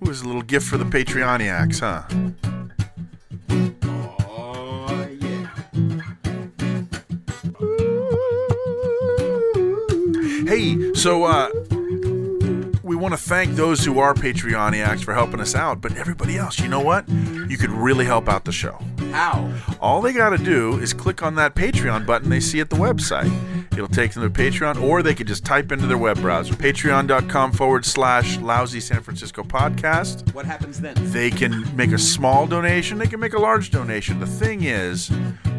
was a little gift for the Patreoniacs, huh? Oh, yeah. Hey, so uh, we want to thank those who are Patreoniacs for helping us out, but everybody else, you know what? You could really help out the show. How? All they got to do is click on that Patreon button they see at the website. It'll take them to Patreon, or they could just type into their web browser, patreon.com forward slash lousy San Francisco podcast What happens then? they can make a small donation they can make a large donation the thing is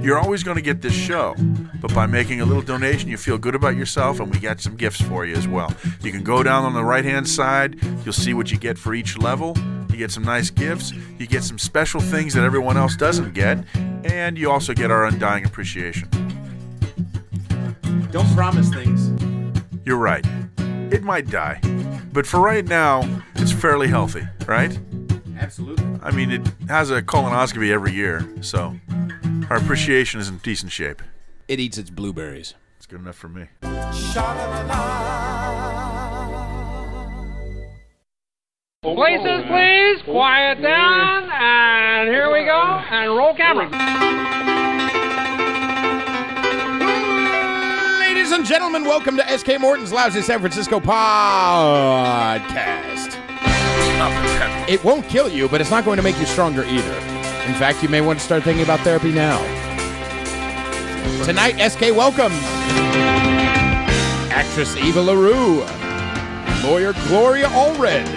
you're always going to get this show but by making a little donation you feel good about yourself and we got some gifts for you as well you can go down on the right hand side you'll see what you get for each level you get some nice gifts you get some special things that everyone else doesn't get and you also get our undying appreciation Don't promise things. you're right it might die but for right now it's fairly healthy right Absolutely. I mean, it has a colonoscopy every year, so our appreciation is in decent shape. It eats its blueberries. It's good enough for me. Places, please, quiet down, and here we go, and roll camera. Ladies and gentlemen, welcome to SK Morton's Lousy San Francisco Podcast. It won't kill you, but it's not going to make you stronger either. In fact, you may want to start thinking about therapy now. Tonight, SK welcomes actress Eva LaRue, lawyer Gloria Allred,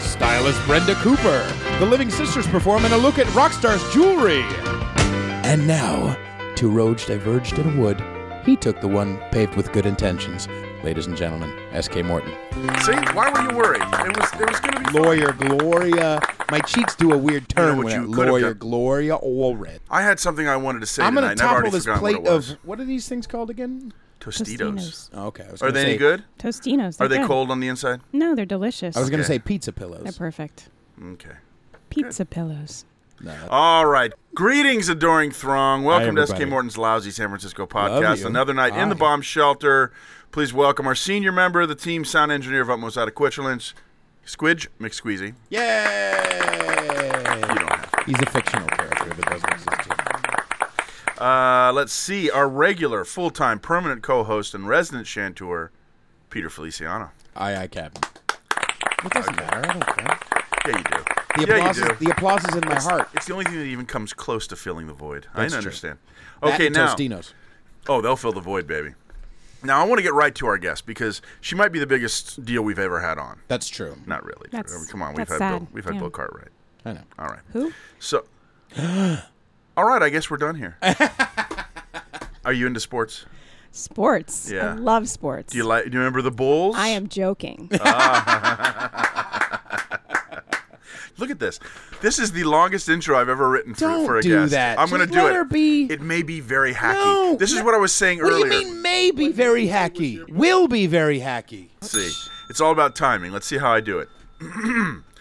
stylist Brenda Cooper. The Living Sisters perform in a look at Rockstar's jewelry. And now, two roads diverged in a wood. He took the one paved with good intentions. Ladies and gentlemen, S.K. Morton. See, why were you worried? It was, it was going to be. Lawyer Gloria. My cheeks do a weird turn what when you I- could have Lawyer done? Gloria Allred. I had something I wanted to say I'm tonight. and going to I've already topple this forgotten plate what it was. of. What are these things called again? Tostitos. Oh, okay. I was Are gonna they say, any good? Tostinos. Are they're they good. cold on the inside? No, they're delicious. I was going to Okay. say pizza they're pillows. perfect. Okay. Pizza pillows. All right. Greetings, adoring throng. Welcome to SK everybody. Morton's Lousy San Francisco Love podcast. you. Another night in the Hi. bomb shelter. Please welcome our senior member of the team, sound engineer of utmost adequatulence, Squidge McSqueezy. Yay! You don't have to. He's a fictional character that doesn't exist yet. Uh, let's see. Our regular, full time, permanent co host and resident chanteur, Peter Feliciano. Aye, aye, Captain. It doesn't matter. I don't care. Yeah, you do. yeah, The applause, you do. is, the applause is in my heart. it's the only thing that even comes close to filling the void. I That's didn't true. understand. That Okay, and now. Tostinos. Oh, they'll fill the void, baby. Now, I want to get right to our guest because she might be the biggest deal we've ever had on. That's true. Not really. That's- I mean, come on, we've that's had Bill, sad. we've had Yeah. Bill Cartwright. I know. All right. Who? So, all right. I guess we're done here. Are you into sports? Sports. Yeah. I love sports. Do you like? Oh, Do you remember the Bulls? I am joking. Look at this. This is the longest intro I've ever written for, Don't for a do guest. that. I'm going Just to do let it. her be. It may be very hacky. No, this is no. what I was saying What earlier. do you mean may be very hacky? Will be very hacky. Let's see. It's all about timing. Let's see how I do it.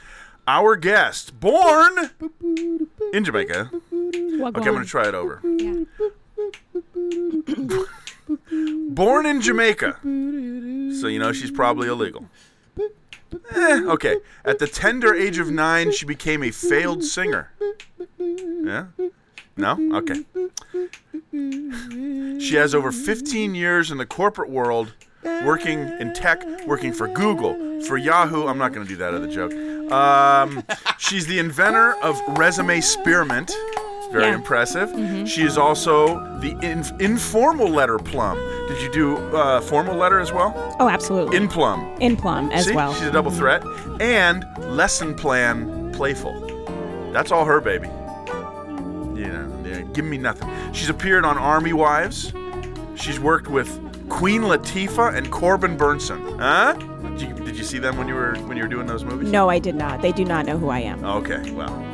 Our guest, born in Jamaica. Okay, I'm going to try it over. born in Jamaica. So you know she's probably illegal. Eh, okay. At the tender age of nine, she became a failed singer. Yeah? No? Okay. She has over 15 years in the corporate world, working in tech, working for Google, for Yahoo. I'm not going to do that other joke. Um, she's the inventor of Resume Spearmint. It's very Yeah. impressive. She is also the inf- informal letter plum. Did you do uh, formal letter as well? Oh, absolutely. In plum. In plum as See? well. She's a double threat. And lesson plan playful. That's all her baby. Yeah, yeah. Give me nothing. She's appeared on Army Wives. She's worked with Queen Latifah and Corbin Burnson. Huh? Did you, did you see them when you were when you were doing those movies? No, I did not. They do not know who I am. Okay, well.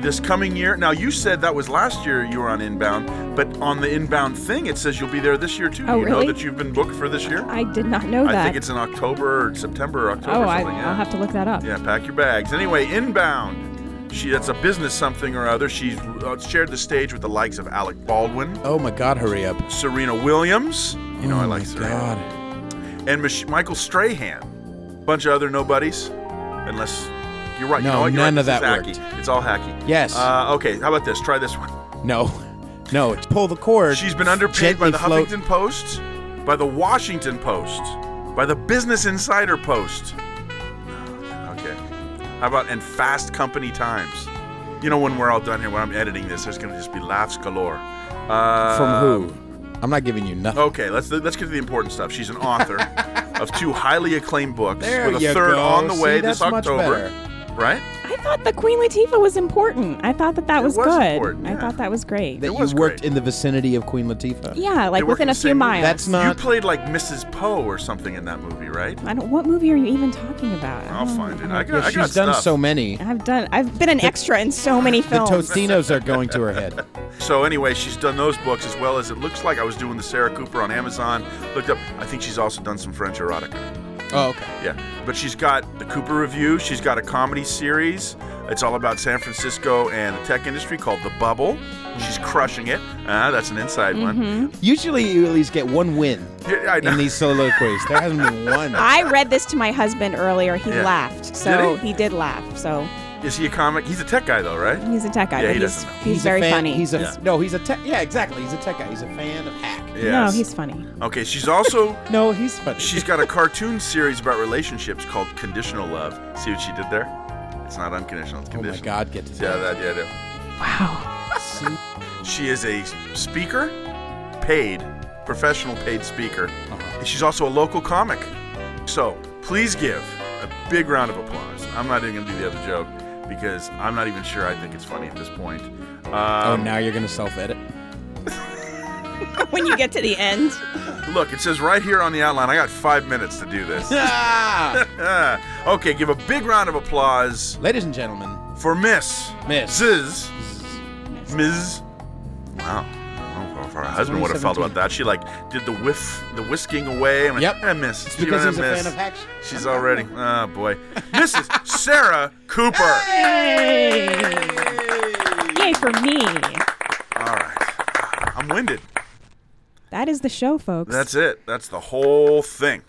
This coming year. Now you said that was last year you were on Inbound, but on the Inbound thing it says you'll be there this year too. Oh, you know really? that you've been booked for this year? I did not know that. I think it's in October or September or October oh, or I, something. yeah. I'll have to look that up. Yeah, pack your bags. Anyway, inbound. She that's a business something or other. She's uh, shared the stage with the likes of Alec Baldwin, Oh my God! Hurry up! Serena Williams. You know oh I like my Serena. God. And Mich- Michael Strahan. Bunch of other nobodies, unless You're right. you No, know what? You're none right. of This that is hacky. It's all hacky. Yes. Uh, okay. How about this? Try this one. No, no, it's pull the cord. She's been underpaid by Gently the float- Huffington Post, by the Washington Post, by the Business Insider Post. Okay. How about and Fast Company Times? You know, when we're all done here, when I'm editing this, there's going to just be laughs galore. Uh, Oh, From who? I'm not giving you nothing. Okay, let's let's get to the important stuff. She's an author of two highly acclaimed books, There with a you third go. on the way See, this that's much October. better. right? I thought the Queen Latifah was important. I thought that that It was, was good. important, yeah. I thought that was great. That It you was worked great. in the vicinity of Queen Latifah. yeah, They like work in within the a few same room. miles. That's not- you played like Mrs. Poe or something in that movie, right? I don't. What movie are you even talking about? I I'll don't- find it. I I don't- got, I Mm, she's got done stuff. so many. I've done. I've been an extra in so many The films. Tostinos are going to her head. So anyway, she's done those books as well as it looks like I was doing the Sarah Cooper on Amazon. Looked up. I think she's also done some French erotica. Oh, okay. Yeah, but she's got the Cooper Review. She's got a comedy series. It's all about San Francisco and the tech industry called The Bubble. She's crushing it. Ah, that's an inside one. Usually, you at least get one win Yeah, I know. in these soliloquies. There hasn't been one. I read this to my husband earlier. He Yeah. laughed. So Did he? he? did laugh. So Is he a comic? He's a tech guy though, right? he's a tech guy. Yeah, but he he's doesn't know. he's, very a fan, funny. He's a Yeah. no. He's a tech. Yeah, exactly. He's a tech guy. He's a fan of hack. Yes. No, he's funny. okay. She's also No, he's funny. she's got a cartoon series about relationships called Conditional Love. See what she did there? It's not unconditional. It's Oh my conditional. God! Get to Yeah, that. that yeah. that- Wow. She is a speaker, paid, professional paid speaker. And she's also a local comic. So please give a big round of applause. I'm not even going to do the other joke because I'm not even sure I think it's funny at this point. Oh, Um, now you're gonna self-edit. when you get to the end, Look, it says right here on the outline, I got five minutes to do this. Ah! okay, give a big round of applause Ladies and gentlemen, for Miss. Miss. Ziz. Ms. Wow. I don't know If her husband would have felt about that, she like did the whiff, the whisking away. I'm like, Yep. "Eh, miss. It's because he's a fan of hack. She's already. Oh boy, Mrs. Sarah Cooper. yay for me. All right, I'm winded. That is the show, folks. That's it. That's the whole thing.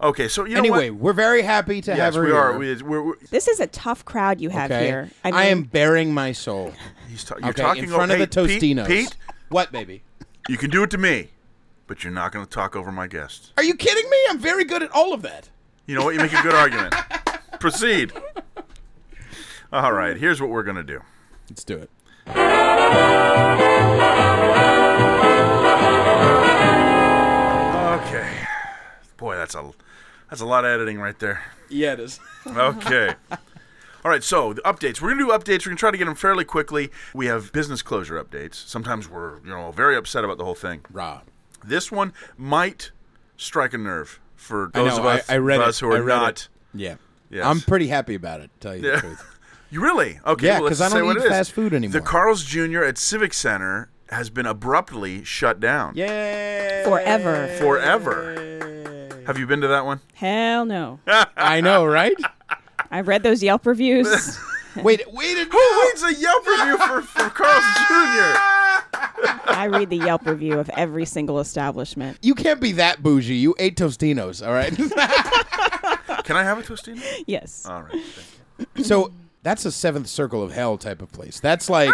Okay, so you know anyway, what? we're very happy to have Yes, her we here. are. We, we're, we're, this is a tough crowd you have okay? here. I, am bearing my soul. he's ta- you're okay, talking in front over, of the Pete, Tostinos. Pete, Pete, What, baby? you can do it to me, but you're not going to talk over my guest. Are you kidding me? I'm very good at all of that. You know what? You make a good argument. Proceed. All right, here's what we're going to do. Let's do it. Okay. Boy, that's a that's a lot of editing right there. Yeah, it is. Okay. All right, so the updates. We're going to do updates. We're going to try to get them fairly quickly. We have business closure updates. Sometimes we're, you know, very upset about the whole thing. Raw. This one might strike a nerve for I those know, of us, I, I read of it. us who I are read not. It. Yeah. Yes. I'm pretty happy about it, to tell you Yeah. the truth. You really? Okay, Yeah, well, let's 'cause I say don't what eat it is. fast food anymore. The Carl's Jr. at Civic Center has been abruptly shut down Yeah. Forever. forever. Have you been to that one? Hell no. I know, right? I've read those Yelp reviews. Wait, wait a Who reads a Yelp review for, for Carl's Jr.? I read the Yelp review of every single establishment. You can't be that bougie. You ate Tostinos, all right? Can I have a Tostino? Yes. All right. thank you. so that's a seventh circle of hell type of place. That's like,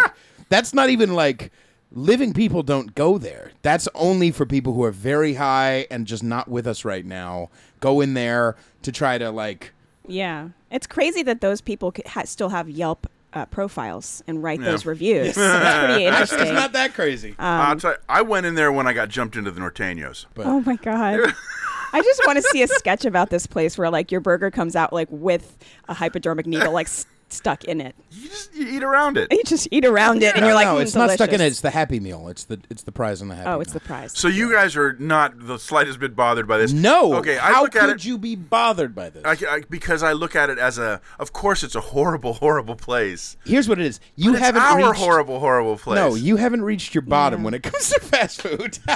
that's not even like living people don't go there. That's only for people who are very high and just not with us right now. Go in there to try to like, yeah. It's crazy that those people could ha- still have Yelp uh, profiles and write Yeah. those reviews. That's pretty it's interesting. not that crazy. Uh, I'll tell you, I went in there when I got jumped into the Norteños. Oh my god. I just want to see a sketch about this place where like your burger comes out like with a hypodermic needle like s- stuck in it. You just you eat around it. You just eat around it and no, you're like, no, "Mm, it's not stuck in it. delicious." It's the Happy Meal. It's the it's the prize on the Happy Oh, it's the Meal. prize. So you guys are not the slightest bit bothered by this. no. Okay, I how look could at it you be bothered by this? I, I, because I look at it as a. Of course, it's a horrible, horrible place. Here's what it is. You It's haven't our reached horrible, horrible place. No, you haven't reached your bottom when it comes to fast food.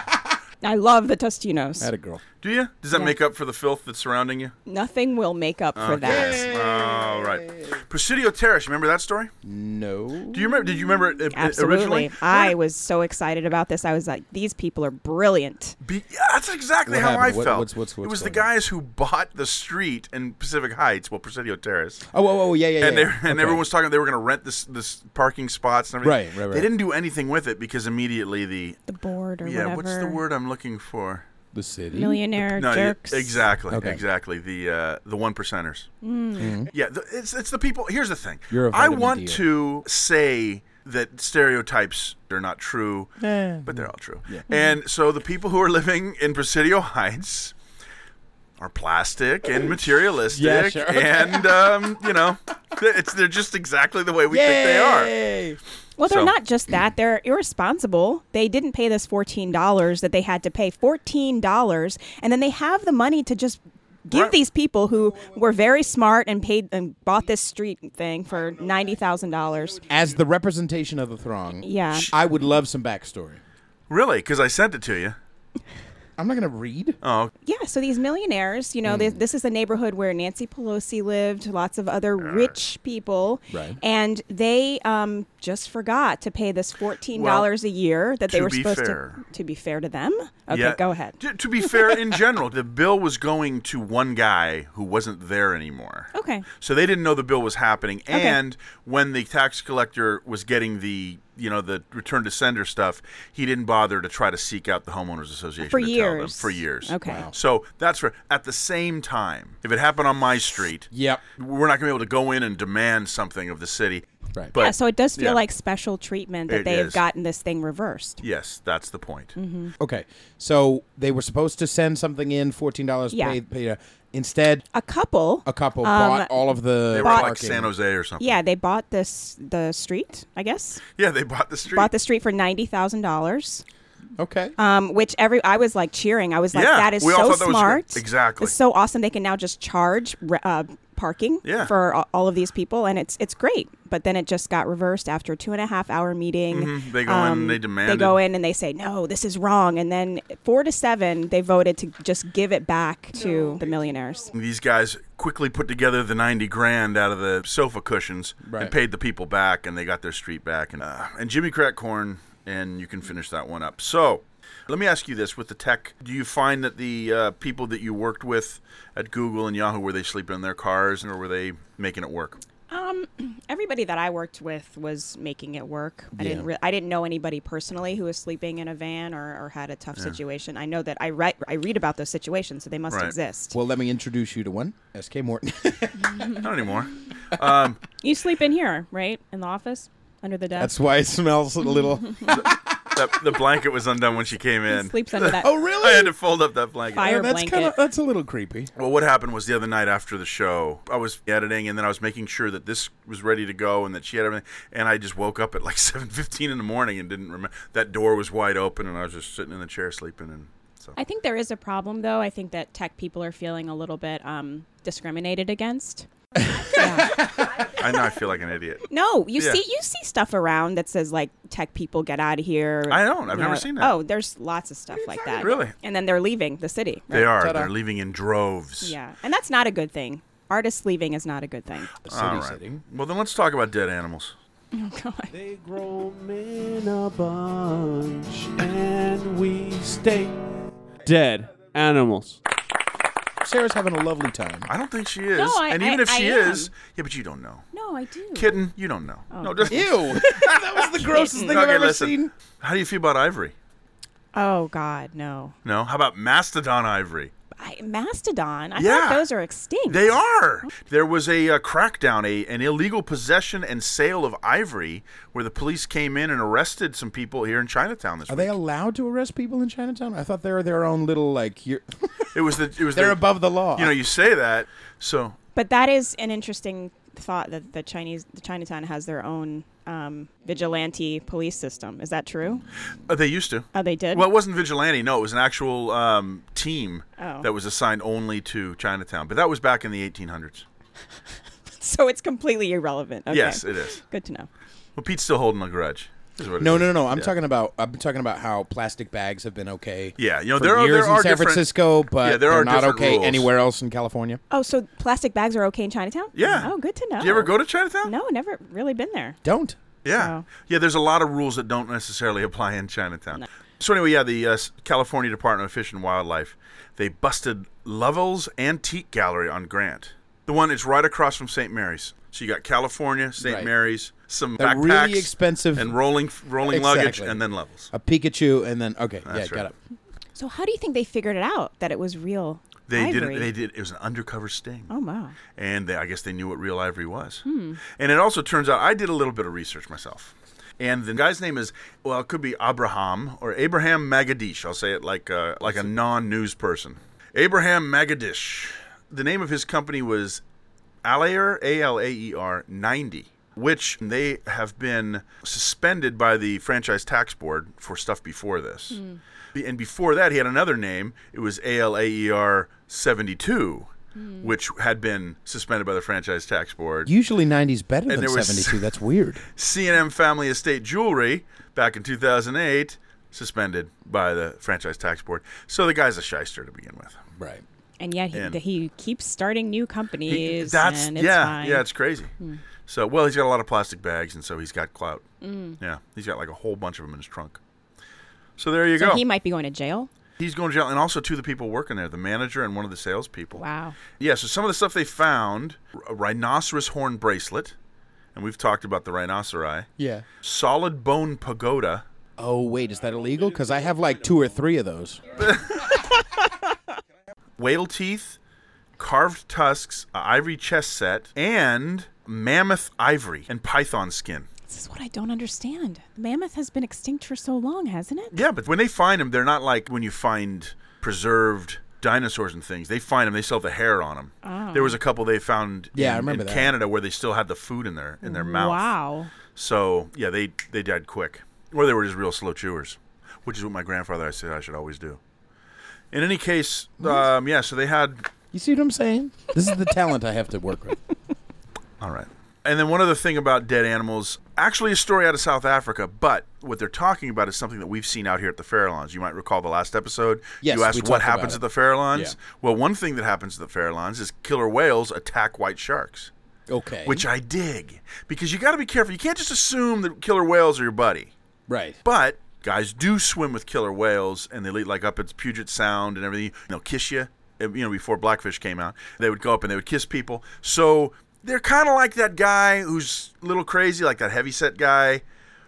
I love the Tostinos. Had a girl. do you? Does that make up for the filth that's surrounding you? Nothing will make up for that. Oh, All right. Presidio Terrace. You remember that story? No. Do you remember? Did you remember it, it originally? Absolutely. I was so excited about this. I was like, these people are brilliant. Be- yeah, that's exactly What how happened? I What- felt. what's- what's- it what's was the going on? guys who bought the street in Pacific Heights, well, Presidio Terrace. Oh, oh, oh, yeah, yeah, yeah. and they yeah. and Okay. everyone was talking they were going to rent this this parking spots and everything. Right, right, right. They didn't do anything with it because immediately the The board or yeah, whatever. what's the word I'm looking for? the city. Millionaire yeah, jerks. Mm. exactly, Okay. Mm-hmm. exactly. The uh, the one percenters. Yeah, the, it's it's the people. Here's the thing. You're a I vitamin want D. to say that stereotypes are not true, but they're all true. And so the people who are living in Presidio Heights are plastic and materialistic, Yeah, sure. and um, you know, it's they're just exactly the way we think they are. Yay! Well, they're So- not just that. They're irresponsible. They didn't pay this $14 that they had to pay $14 and then they have the money to just give Right. these people who were very smart and paid and bought this street thing for $90,000. As the representation of the throng, Yeah. I would love some backstory. Really, because I sent it to you. I'm not gonna read. Oh, Yeah, so these millionaires, you know, this Hmm. this is the neighborhood where Nancy Pelosi lived, lots of other Uh, rich people, Right. and they um, just forgot to pay this fourteen dollars a year that they to were be supposed fair. to. To be fair to them, okay, yeah. go ahead. To, to be fair, in general, the bill was going to one guy who wasn't there anymore. Okay, So they didn't know the bill was happening, and when the tax collector was getting the you know the return to sender stuff, he didn't bother to try to seek out the homeowners association for to tell them- years. for years. Okay. So that's for at the same time, if it happened on my street, Yep. we're not going to be able to go in and demand something of the city. Right. But yeah, so it does feel yeah. like special treatment that It they is. have gotten this thing reversed. yes, that's the point. Mm-hmm. Okay. So they were supposed to send something in, fourteen dollars Yeah. paid. paid uh, instead, A couple, a couple Um, bought all of the They were Bought- like parking. San Jose or something. yeah, they bought this the street, I guess, Yeah, they bought the street. bought the street for ninety thousand dollars. Okay. um, which every I was like cheering. I was like, Yeah, that is we all so thought that was great. smart. Exactly. it's so awesome. They can now just charge re- uh, parking Yeah. for a- all of these people, and it's it's great. But then it just got reversed after a two and a half hour meeting. Mhm. They go in and they Um, They demanded- go in and they say, no, this is wrong. And then four to seven, they voted to just give it back to the millionaires. These guys quickly put together the 90 grand out of the sofa cushions Right. and paid the people back, and they got their street back. And, uh, and Jimmy Crackcorn, and you can finish that one up. So let me ask you this with the tech, do you find that the uh, people that you worked with at Google and Yahoo, were they sleeping in their cars or were they making it work? Everybody that I worked with was making it work. I Yeah. didn't. Re- I didn't know anybody personally who was sleeping in a van or, or had a tough situation. I know that I write. I read about those situations, so they must Right. exist. well, let me introduce you to one. S.K. Morton. Not anymore. You sleep in here, right? In the office, under the desk. That's why it smells a little. that, the blanket was undone when she came in. he sleeps under that oh, I had really? to fold up that blanket. fire that's blanket. kinda- that's a little creepy. Well, what happened was the other night after the show, I was editing, and then I was making sure that this was ready to go and that she had everything. And I just woke up at like seven fifteen in the morning and didn't remember that door was wide open, and I was just sitting in the chair sleeping. And so, I think there is a problem, though. I think that tech people are feeling a little bit um, discriminated against. I now I feel like an idiot. No, you Yeah. see, you see stuff around that says like "tech people get out of here." I don't. I've You never know, seen that. Oh, there's lots of stuff like that. Really? And then they're leaving the city. They are. Ta-da. They're leaving in droves. Yeah, and that's not a good thing. Artists leaving is not a good thing. All right. sitting. Well, then let's talk about dead animals. Oh God. They grow men a bunch, and we stay dead animals. Sarah's having a lovely time. I don't think she is. No, I- and even I- if she I am. Oh. is, yeah, but you don't know. No, I do. Kitten, you don't know. no, just Ew. that was the grossest thing I've Okay, ever listen. seen. How do you feel about ivory? Oh God, no. No. How about mastodon ivory? I, Mastodon. I Yeah. thought those are extinct. They are. There was a uh, crackdown, a an illegal possession and sale of ivory, where the police came in and arrested some people here in Chinatown this Are week. they allowed to arrest people in Chinatown? I thought they were their own little like. You're, It was the. It was they're the, above the law. You know, you say that. So But that is an interesting thought that the Chinese, the Chinatown has their own um, vigilante police system. Is that true? uh, they used to. Oh, they did. Well, it wasn't vigilante. No, it was an actual um, team Oh. that was assigned only to Chinatown. But that was back in the 1800s. so it's completely irrelevant. Okay. Yes, it is. Good to know. Well, Pete's still holding a grudge. is what it No, is. no, no. I'm Yeah. talking about I'm talking about how plastic bags have been okay. Yeah, you know for there are there years in are San different- Francisco, but yeah, there they're are not different okay rules. anywhere else in California. Oh, so plastic bags are okay in Chinatown? Yeah. Oh, good to know. Do you ever go to Chinatown? No, never really been there. Don't. Yeah. So- Yeah, there's a lot of rules that don't necessarily apply in Chinatown. So, anyway, yeah, the uh, S- California Department of Fish and Wildlife, they busted Lovell's Antique Gallery on Grant. The one that's right across from St. Mary's. So you got California, St. Right. Mary's, some They're backpacks. really expensive- And rolling rolling luggage, Exactly. and then Lovell's. A Pikachu and then okay, yeah, That's got right. it. So how do you think they figured it out that it was real They did ivory? it. They did. It was an undercover sting. oh wow. and they, I guess they knew what real ivory was. And it also turns out I did a little bit of research myself. And the guy's name is well, it could be Abraham or Abraham Magadish. I'll say it like uh, like a non-news person. Abraham Magadish. The name of his company was Allaire A L A E R ninety, which they have been suspended by the franchise tax board for stuff before this. Be- And before that, he had another name. It was ALAER 72, E which had been suspended by the franchise tax board. Usually 90s better And than there was- 72. That's weird. C&M Family Estate Jewelry back in 2008 suspended by the franchise tax board. So the guy's a shyster to begin with. Right. And yet he, And- he keeps starting new companies. He- that's and it's yeah, fine. Hmm. yeah, it's crazy. So well, he's got a lot of plastic bags, and so he's got clout. Mm. Yeah, he's got like a whole bunch of them in his trunk. So there you so go. he might be going to jail. he's going to jail, and also two of the people working there, the manager and one of the salespeople. Wow. Yeah, so some of the stuff they found: a rhinoceros horn bracelet, and we've talked about the rhinoceri, Yeah. solid bone pagoda. Oh, wait, is that illegal? Cuz I have like two or three of those. whale teeth, carved tusks, a ivory chess set, and mammoth ivory and python skin. This is what I don't understand. Mammoth has been extinct for so long, hasn't it? Yeah, but when they find them, they're not like when you find preserved dinosaurs and things. They find them, they still have the hair on them. Oh. There was a couple they found Yeah, in, I remember in that. Canada where they still had the food in their in their mouth. Wow. So yeah, they they died quick, or they were just real slow chewers, which is what my grandfather I said I should always do. In any case, um, yeah, so they had You see what I'm saying? This is the talent I have to work with. All right. And then one other thing about dead animals, actually a story out of South Africa, but what they're talking about is something that we've seen out here at the Farallons. You might recall the last episode. Yes, you we asked talked what about happens it. at the Farallons. Yeah. Well, one thing that happens at the Farallons is killer whales attack white sharks, Okay. which I dig because you got to be careful. You can't just assume that killer whales are your buddy. right. But guys do swim with killer whales, and they lead like up at Puget Sound and everything. They'll kiss you. You know, before Blackfish came out, they would go up and they would kiss people. So they're kind of like that guy who's a little crazy, like that heavyset guy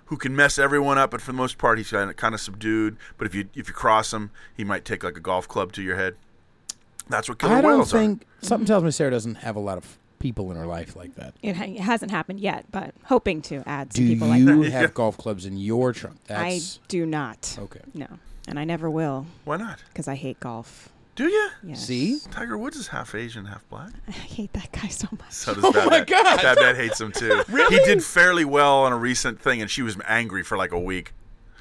who can mess everyone up, but for the most part, he's kind of subdued. But if you if you cross him, he might take like a golf club to your head. That's what killer I don't whales think something tells me Sarah doesn't have a lot of people in her life like that. It, ha- it hasn't happened yet, but hoping to add Do some people like you that. have golf clubs in your trunk? I That's do not. okay. No. And I never will are. Why not? because I hate golf. Do you? Yes. See? Tiger Woods is half Asian, half black. I hate that guy so much. So does oh Bad my Bad. God. Bad Bad hates him too. He did fairly well on a recent thing, and she was angry for like a week.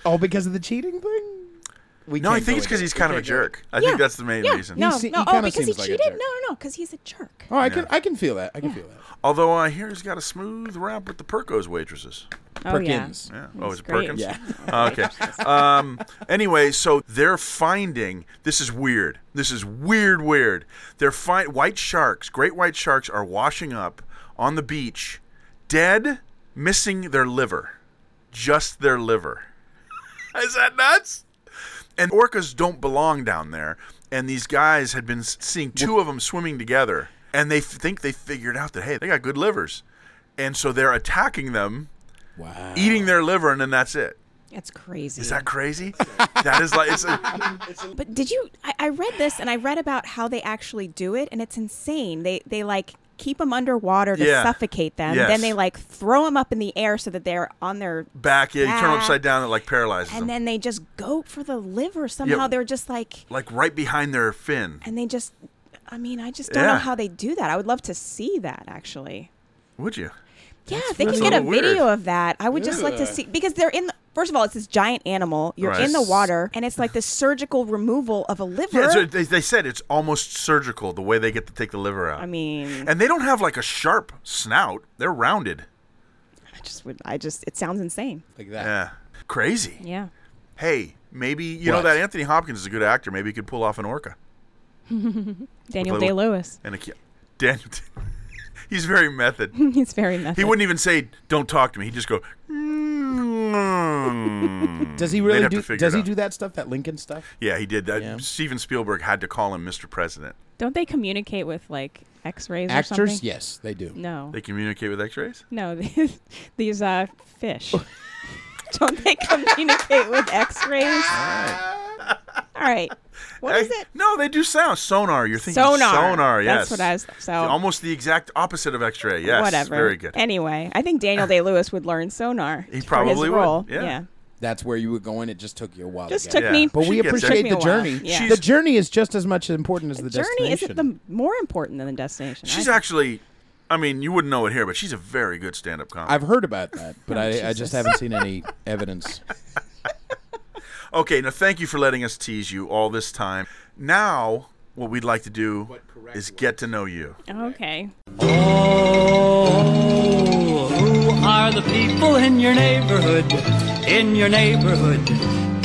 Oh, because of the cheating thing? We No, I can't think go it's because into he's it. We kind of a can't go into jerk. I think that's the main yeah. reason. No, He se- no. he oh, kinda because he seems like a cheated? jerk. no, no, no, because he's a jerk. it. Oh, I can I can feel that. I can feel that. Although I hear he's got a smooth rap with the Perkos waitresses. Oh, yeah. Perkins. Yeah. Oh, is it great. Perkins? Oh, Yeah. okay. Um, anyway, so they're finding this is weird. This is weird, weird. They're find white sharks, great white sharks, are washing up on the beach, dead, missing their liver, just their liver. is that nuts? And orcas don't belong down there. And these guys had been s- seeing two of them swimming together, and they f- think they figured out that hey, they got good livers, and so they're attacking them, Wow. eating their liver, and then that's it. That's crazy. Is that crazy? that is like it's a, But did you? I, I read this and I read about how they actually do it, and it's insane. They they like keep them underwater to Yeah. suffocate them. Yes. Then they like throw them up in the air so that they're on their. back. Yeah, you turn 'em Back. upside down, it like paralyzes them. And then they just go for the liver somehow. They're just like, like right behind their fin. and they just. I mean, I just don't know Yeah. how they do that. I would love to see that actually. Would you? Yeah, if they That's can a get a little weird. video of that. I would just like Yeah. to see because they're in. The, first of all, it's this giant animal. You're Right. in the water, and it's like the surgical removal of a liver. Yeah, so they, they said it's almost surgical the way they get to take the liver out. I mean, and they don't have like a sharp snout; they're rounded. I just would. I just. It sounds insane. like that. Yeah. Eh. Crazy. Yeah. Hey, maybe you know What? that Anthony Hopkins is a good actor. Maybe he could pull off an orca Daniel Day Little- Lewis. and a ki- Daniel. He's very method. He's very method. He wouldn't even say, "Don't talk to me." He'd just go. "Mm." Does he They'd really have do? to figure Does it he out. do that stuff? That Lincoln stuff? Yeah, he did. That. Yeah. Steven Spielberg had to call him Mr. President. Don't they communicate with like X-rays or something? Actors? Yes, they do. No. They communicate with X-rays. No. these- These uh, fish. Don't they communicate with X-rays? All right. What is Hey, it? No, they do sound sonar. You're thinking Sonar. Sonar. Yes. That's what I was. So Almost the exact opposite of X-ray. Yes. whatever. Very good. Anyway, I think Daniel Day Lewis would learn sonar. He for his probably would, role. yeah. That's where you were going. It just took you a while. Just to took get Yeah. me. But we She gets it. appreciate Took me the a while, journey. yeah. The She's- journey is just as much important as the, journey destination. isn't the more important than the destination. I- She's actually, I mean, you wouldn't know it here, but she's a very good stand-up comic. I've heard about that, but I, I Jesus. just haven't seen any evidence. okay, now thank you for letting us tease you all this time. Now, what we'd like to do is get to know you. okay. Oh, who are the people in your neighborhood? In your neighborhood,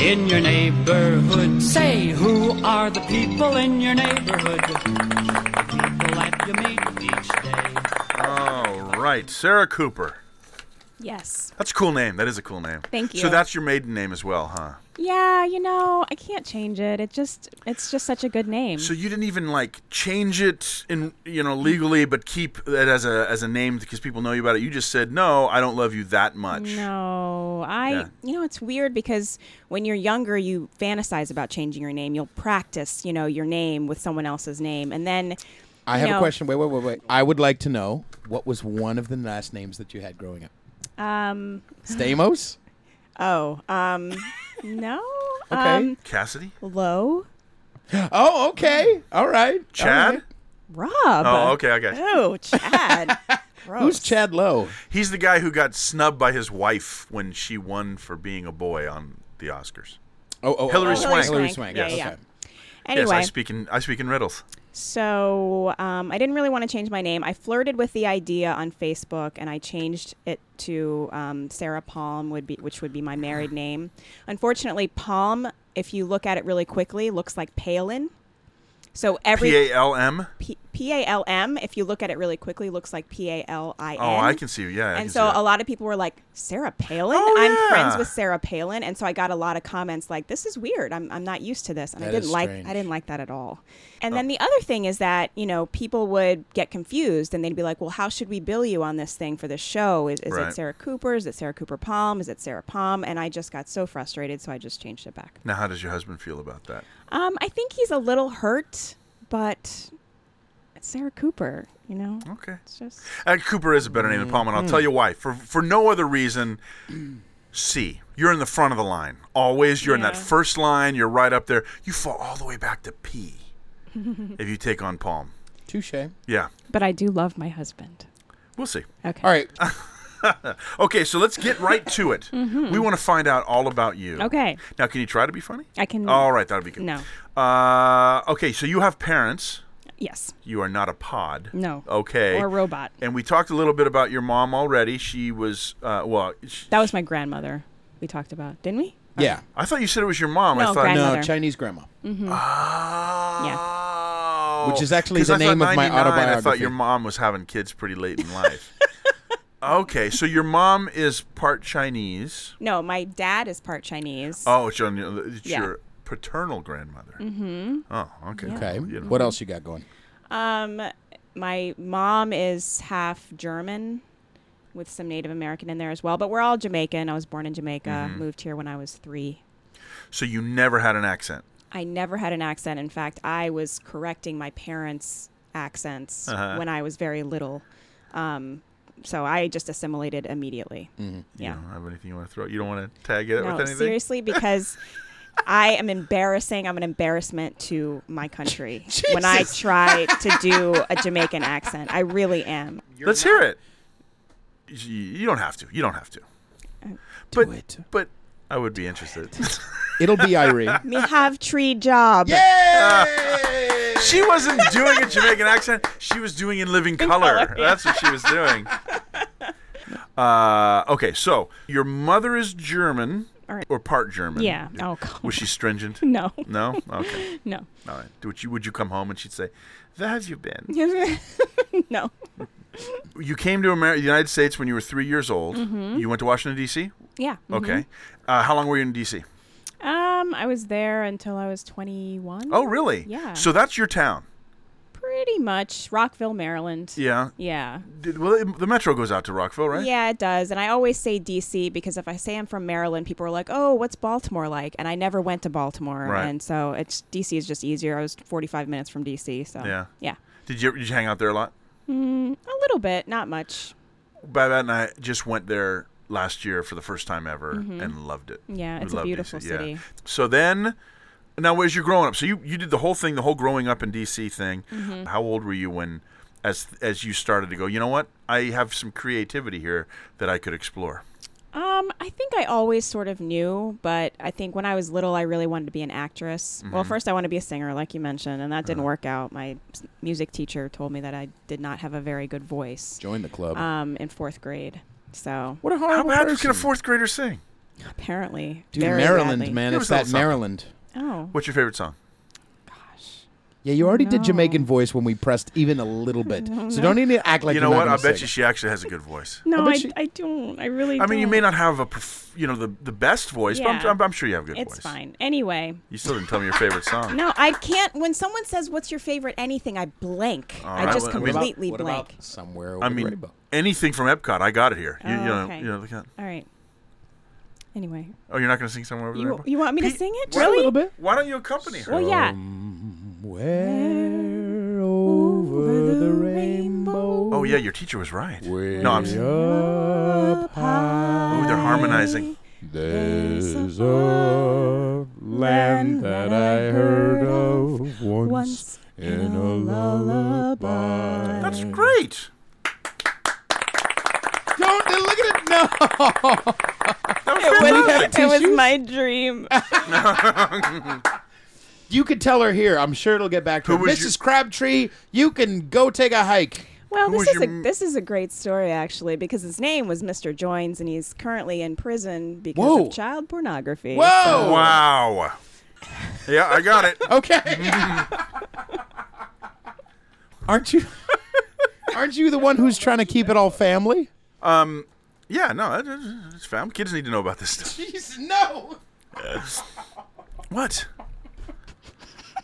in your neighborhood. Say, who are the people in your neighborhood? The people that you meet each day. All right, Sarah Cooper. Yes. That's a cool name. That is a cool name. Thank So you. that's your maiden name as well, huh? Yeah, you know, I can't change it. It just it's just such a good name. So you didn't even like change it in you know legally, but keep it as a as a name because people know you about it. You just said no, I don't love you that much. no, I Yeah. you know it's weird because when you're younger you fantasize about changing your name. You'll practice, you know, your name with someone else's name, and then I you have a know, question. Wait, wait, wait, wait. I would like to know what was one of the last names that you had growing up? Um, Stamos? oh, um, no, Okay. um, Cassidy, low, Oh, okay. All right. All Chad. right. Rob. Oh, okay, I got you. Oh, Chad. Who's Gross. Chad Lowe? He's the guy who got snubbed by his wife when she won for being a boy on the Oscars. Oh, oh, Hillary oh, Swank. Hillary Swank. Yeah, Yes. yeah. Okay. Anyway, Yes, I speak in I speak in riddles. So um, I didn't really want to change my name. I flirted with the idea on Facebook, and I changed it to um, Sarah Palm, would be which would be my married name. Unfortunately, Palm, if you look at it really quickly, looks like Palin. So P every A L M. P- P-A-L-M, if you look at it really quickly, looks like P-A-L-I-N. Oh, I can see you. Yeah. I can And see so that. a lot of people were like, Sarah Palin? Oh, I'm friends yeah. with Sarah Palin. And so I got a lot of comments like, this is weird. I'm, I'm not used to this. And I That didn't is like strange. I didn't like that at all. And Oh. then the other thing is that, you know, people would get confused and they'd be like, well, how should we bill you on this thing for this show? Is, is Right. it Sarah Cooper? Is it Sarah Cooper Palm? Is it Sarah Palm? And I just got so frustrated. So I just changed it back. Now, how does your husband feel about that? Um, I think he's a little hurt, but it's Sarah Cooper, you know? Okay. It's just. Uh, Cooper is a better name than Palm, and I'll tell you why. For for no other reason. C. You're in the front of the line. Always. You're in that Yeah. first line. You're right up there. You fall all the way back to P. if you take on Palm. Touche. All Yeah. But I do love my husband. We'll see. Okay. right. Okay, so let's get right to it. We want to find out all about you. Mm-hmm. Okay. Now, can you try to be funny? I can. All right, that'll be good. No. Uh, okay, so you have parents. Yes. You are not a pod. No. Okay. Or a robot. and we talked a little bit about your mom already. She was, uh, well, sh- That was my grandmother. We talked about, didn't we? Yeah. I thought you said it was your mom. I No, thought, grandma. No, Mother. Mm-hmm. Chinese grandma. oh, Which is actually 'Cause the I thought name of my 99, I thought autobiography. your mom was having kids pretty late in life. okay, so your mom is part Chinese. No, my dad is part Chinese. Oh, it's, on your, it's Yeah. your paternal grandmother. Mm-hmm. Oh, okay. Okay. You know. What else you got going? Um, my mom is half German with some Native American in there as well, but we're all Jamaican. I was born in Jamaica, moved here when I was three. So you never had an accent. I never had an accent. In fact, I was correcting my parents' accents when I was very little. Um, so I just assimilated immediately. You Yeah. don't have anything you want to throw. You don't want to tag it with No, anything. seriously, because I am embarrassing. I'm an embarrassment to my country when I try to do a Jamaican accent. I really am. Let's hear it. Y- You don't have to. You don't have to. Uh, But it. but I would be interested. It'll be Irene. Me have tree job. Yay! she wasn't doing a Jamaican accent. She was doing in living color. color, yeah. That's what she was doing. Uh, okay, so your mother is German All right. or part German. Yeah. Oh, God. Was she stringent? No. No. Okay. No. All right. Would you would you come home and she'd say, "Where have you been?" no. You came to America, the United States when you were three years old. Mm-hmm. You went to Washington D.C. Yeah. mhm. Okay. Uh, how long were you in D.C.? Um, I was there until I was 21. Oh, really? Yeah. So that's your town. Pretty much Rockville, Maryland. Yeah. Yeah. Did, well, it- the metro goes out to Rockville, right? Yeah, it does. And I always say DC because if I say I'm from Maryland, people are like, "Oh, what's Baltimore like?" And I never went to Baltimore, Right. and so it's DC is just easier. I was 45 minutes from DC, so Yeah. yeah, Did you did you hang out there a lot? a little bit, not much. Babat and I just went there last year for the first time ever and loved it. Mm-hmm. Yeah, We it's a loved beautiful DC, yeah. city. So then, now as you're growing up, so you, you did the whole thing, the whole growing up in DC thing. Mm-hmm. How old were you when, as as you started to go, you know what? I have some creativity here that I could explore. Um, I think I always sort of knew, but I think when I was little, I really wanted to be an actress. Mm-hmm. Well, first I wanted to be a singer, like you mentioned, and that didn't work out. My s- music teacher told me that I did not have a very good voice Join the club. um, in fourth grade. So what a How horrible bad person. can a fourth grader sing? apparently, Dude, very Maryland, badly. man. Give us a It's that little something. Maryland. Oh, What's your favorite song? Yeah, you already did No. Jamaican voice when we pressed even a little bit. So don't need to act like you know you're what? Not I gonna bet you sing. she actually has a good voice. No, bet I, she- I don't. I really. I mean, you don't. may not have a, perf- you know, the the best voice, but Yeah. I'm, I'm, I'm sure you have a good It's voice. fine. Anyway, You still didn't tell me your favorite song. no, I can't. When someone says, "What's your favorite anything?" I blank. I right, just well, I mean- What about- completely what blank. about somewhere over I the mean, rainbow? anything from Epcot, I got it here. You, you Oh, know, okay. you know, look at- All right. Anyway, oh, you're not going to sing somewhere over there. you you want me to sing it? A little Really? bit. Why don't you accompany her? Well, yeah. Where over the rainbow? Oh yeah, your teacher was right. Way No, I'm. Ooh, up high, they're harmonizing. there's a land that I heard of once Once in a lullaby. That's great. Don't look at it. No, That was fantastic. it was my dream. you could tell her here. I'm sure it'll get back to Who her. was Mrs. your- Crabtree. You can go take a hike. Well, Who this was is your a m- this is a great story actually because his name was Mr. Joins and he's currently in prison because Whoa. of child pornography. Whoa! Wow. Yeah, I got it. Oh. Okay. aren't you? Aren't you the one who's trying to keep it all family? Um, yeah, no, it- it- it's fam. Kids need to know about this stuff. Jeez, no. What?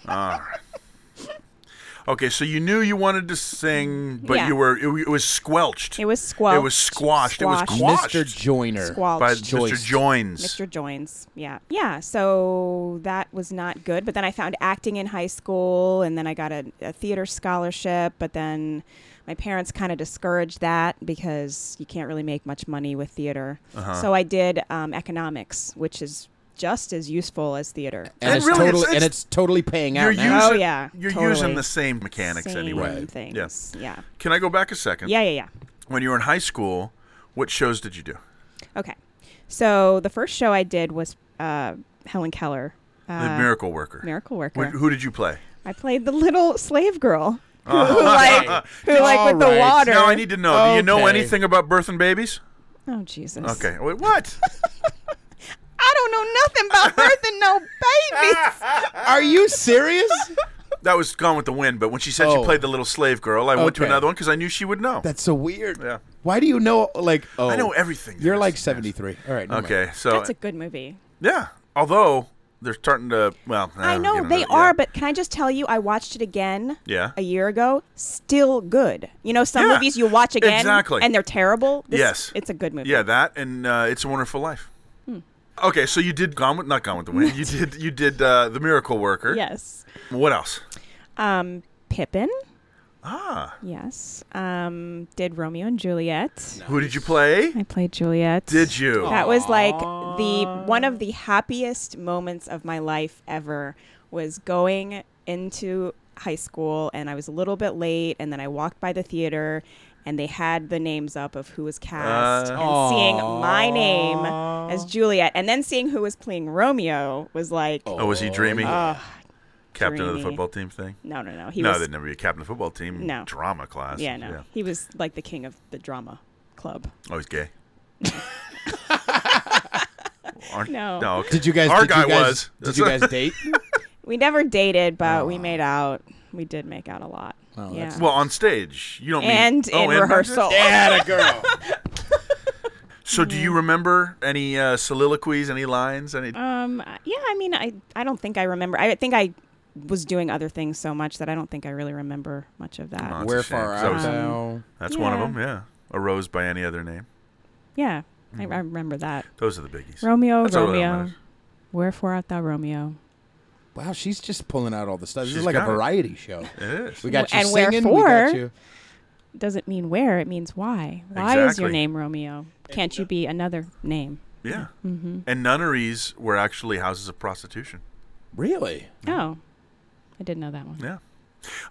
All right. Okay, so you knew you wanted to sing, but Yeah. you were it, was squelched. It was squelched. It was squashed. It was Squashed. quashed Mr. Joyner. Squelched. by Joyce. Mr. Joins. Mr. Joins. Yeah. Yeah. So that was not good. But then I found acting in high school and then I got a, a theater scholarship. But then my parents kind of discouraged that because you can't really make much money with theater. Uh-huh. So I did um, economics, which is just as useful as theater. And It it's really- totally it's- and it's- it's totally paying You're out using, now. Oh, yeah, You're totally. using the same mechanics Same anyway. Things. Yeah. Yeah. Can I go back a second? Yeah. Yeah. Yeah. When you were in high school, what shows did you do? Okay. So the first show I did was uh, Helen Keller. The Uh, Miracle Worker. Miracle Worker. Wh- who did you play? I played the little slave girl who, who like who like with All the right. water. Now I need to know. Do you know Okay. anything about birth and babies? oh Jesus. Okay. Wait, what? I don't know nothing about birthing no babies. Are you serious? that was Gone with the Wind. But when she said Oh. she played the little slave girl, I went to Okay. another one because I knew she would know. That's so weird. Yeah. Why do you know like oh I know everything. there You're is. like 73. All right. never mind. Okay. So That's a good movie. yeah. Although they're starting to. Well, I don't know get they into it. are, Yeah. but can I just tell you, I watched it again. Yeah. A year ago, still good. You know, some Yeah. movies you watch again, Exactly. and they're terrible. This- Yes. it's a good movie. Yeah, that and uh, It's a Wonderful Life. Hmm. Okay, so you did Gone with not Gone with the Wind. you did you did uh, the Miracle Worker. Yes. What else? Um, Pippin. Ah, Yes. Um, did Romeo and Juliet. who did you play? I played Juliet. Did you? That was like the one of the happiest moments of my life ever was going into high school and I was a little bit late and then I walked by the theater and they had the names up of who was cast Uh, and seeing my name as Juliet and then seeing who was playing Romeo was like Oh, was he dreaming? captain of the ah, dreamy. football team thing. no no no he no, was they'd never be a captain of the football team. No. Drama class. yeah no he was like the king of the drama club Oh, he's gay. Our- No. No. Okay. Did you guys? Our did guy you guys, was. Did you guys date? We never dated, but we made out. We did make out a lot. yeah. Well, on stage, you don't mean- and oh, in rehearsal. yeah, a girl. So, do Mm-hmm. you remember any uh, soliloquies, any lines, any? Um, yeah, I mean, I, I don't think I remember. I think I was doing other things so much that I don't think I really remember much of that. Wow. Where That's a shame, far 'cause I out was- thou? That's one of yeah. them. Yeah. A rose by any other name. Yeah, I, Mm. I remember that. Those are the biggies. Romeo, That's all that Romeo, matters. wherefore art thou Romeo? Wow, she's just pulling out all the stuff. This She's is like a got it. variety show. It is. We got you And singing. We wherefore? got you. Doesn't mean where, it means why. Why is your Exactly. name Romeo? Can't you be another name? Yeah. Mm-hmm. And nunneries were actually houses of prostitution. Really? Oh, I didn't know that one. Yeah.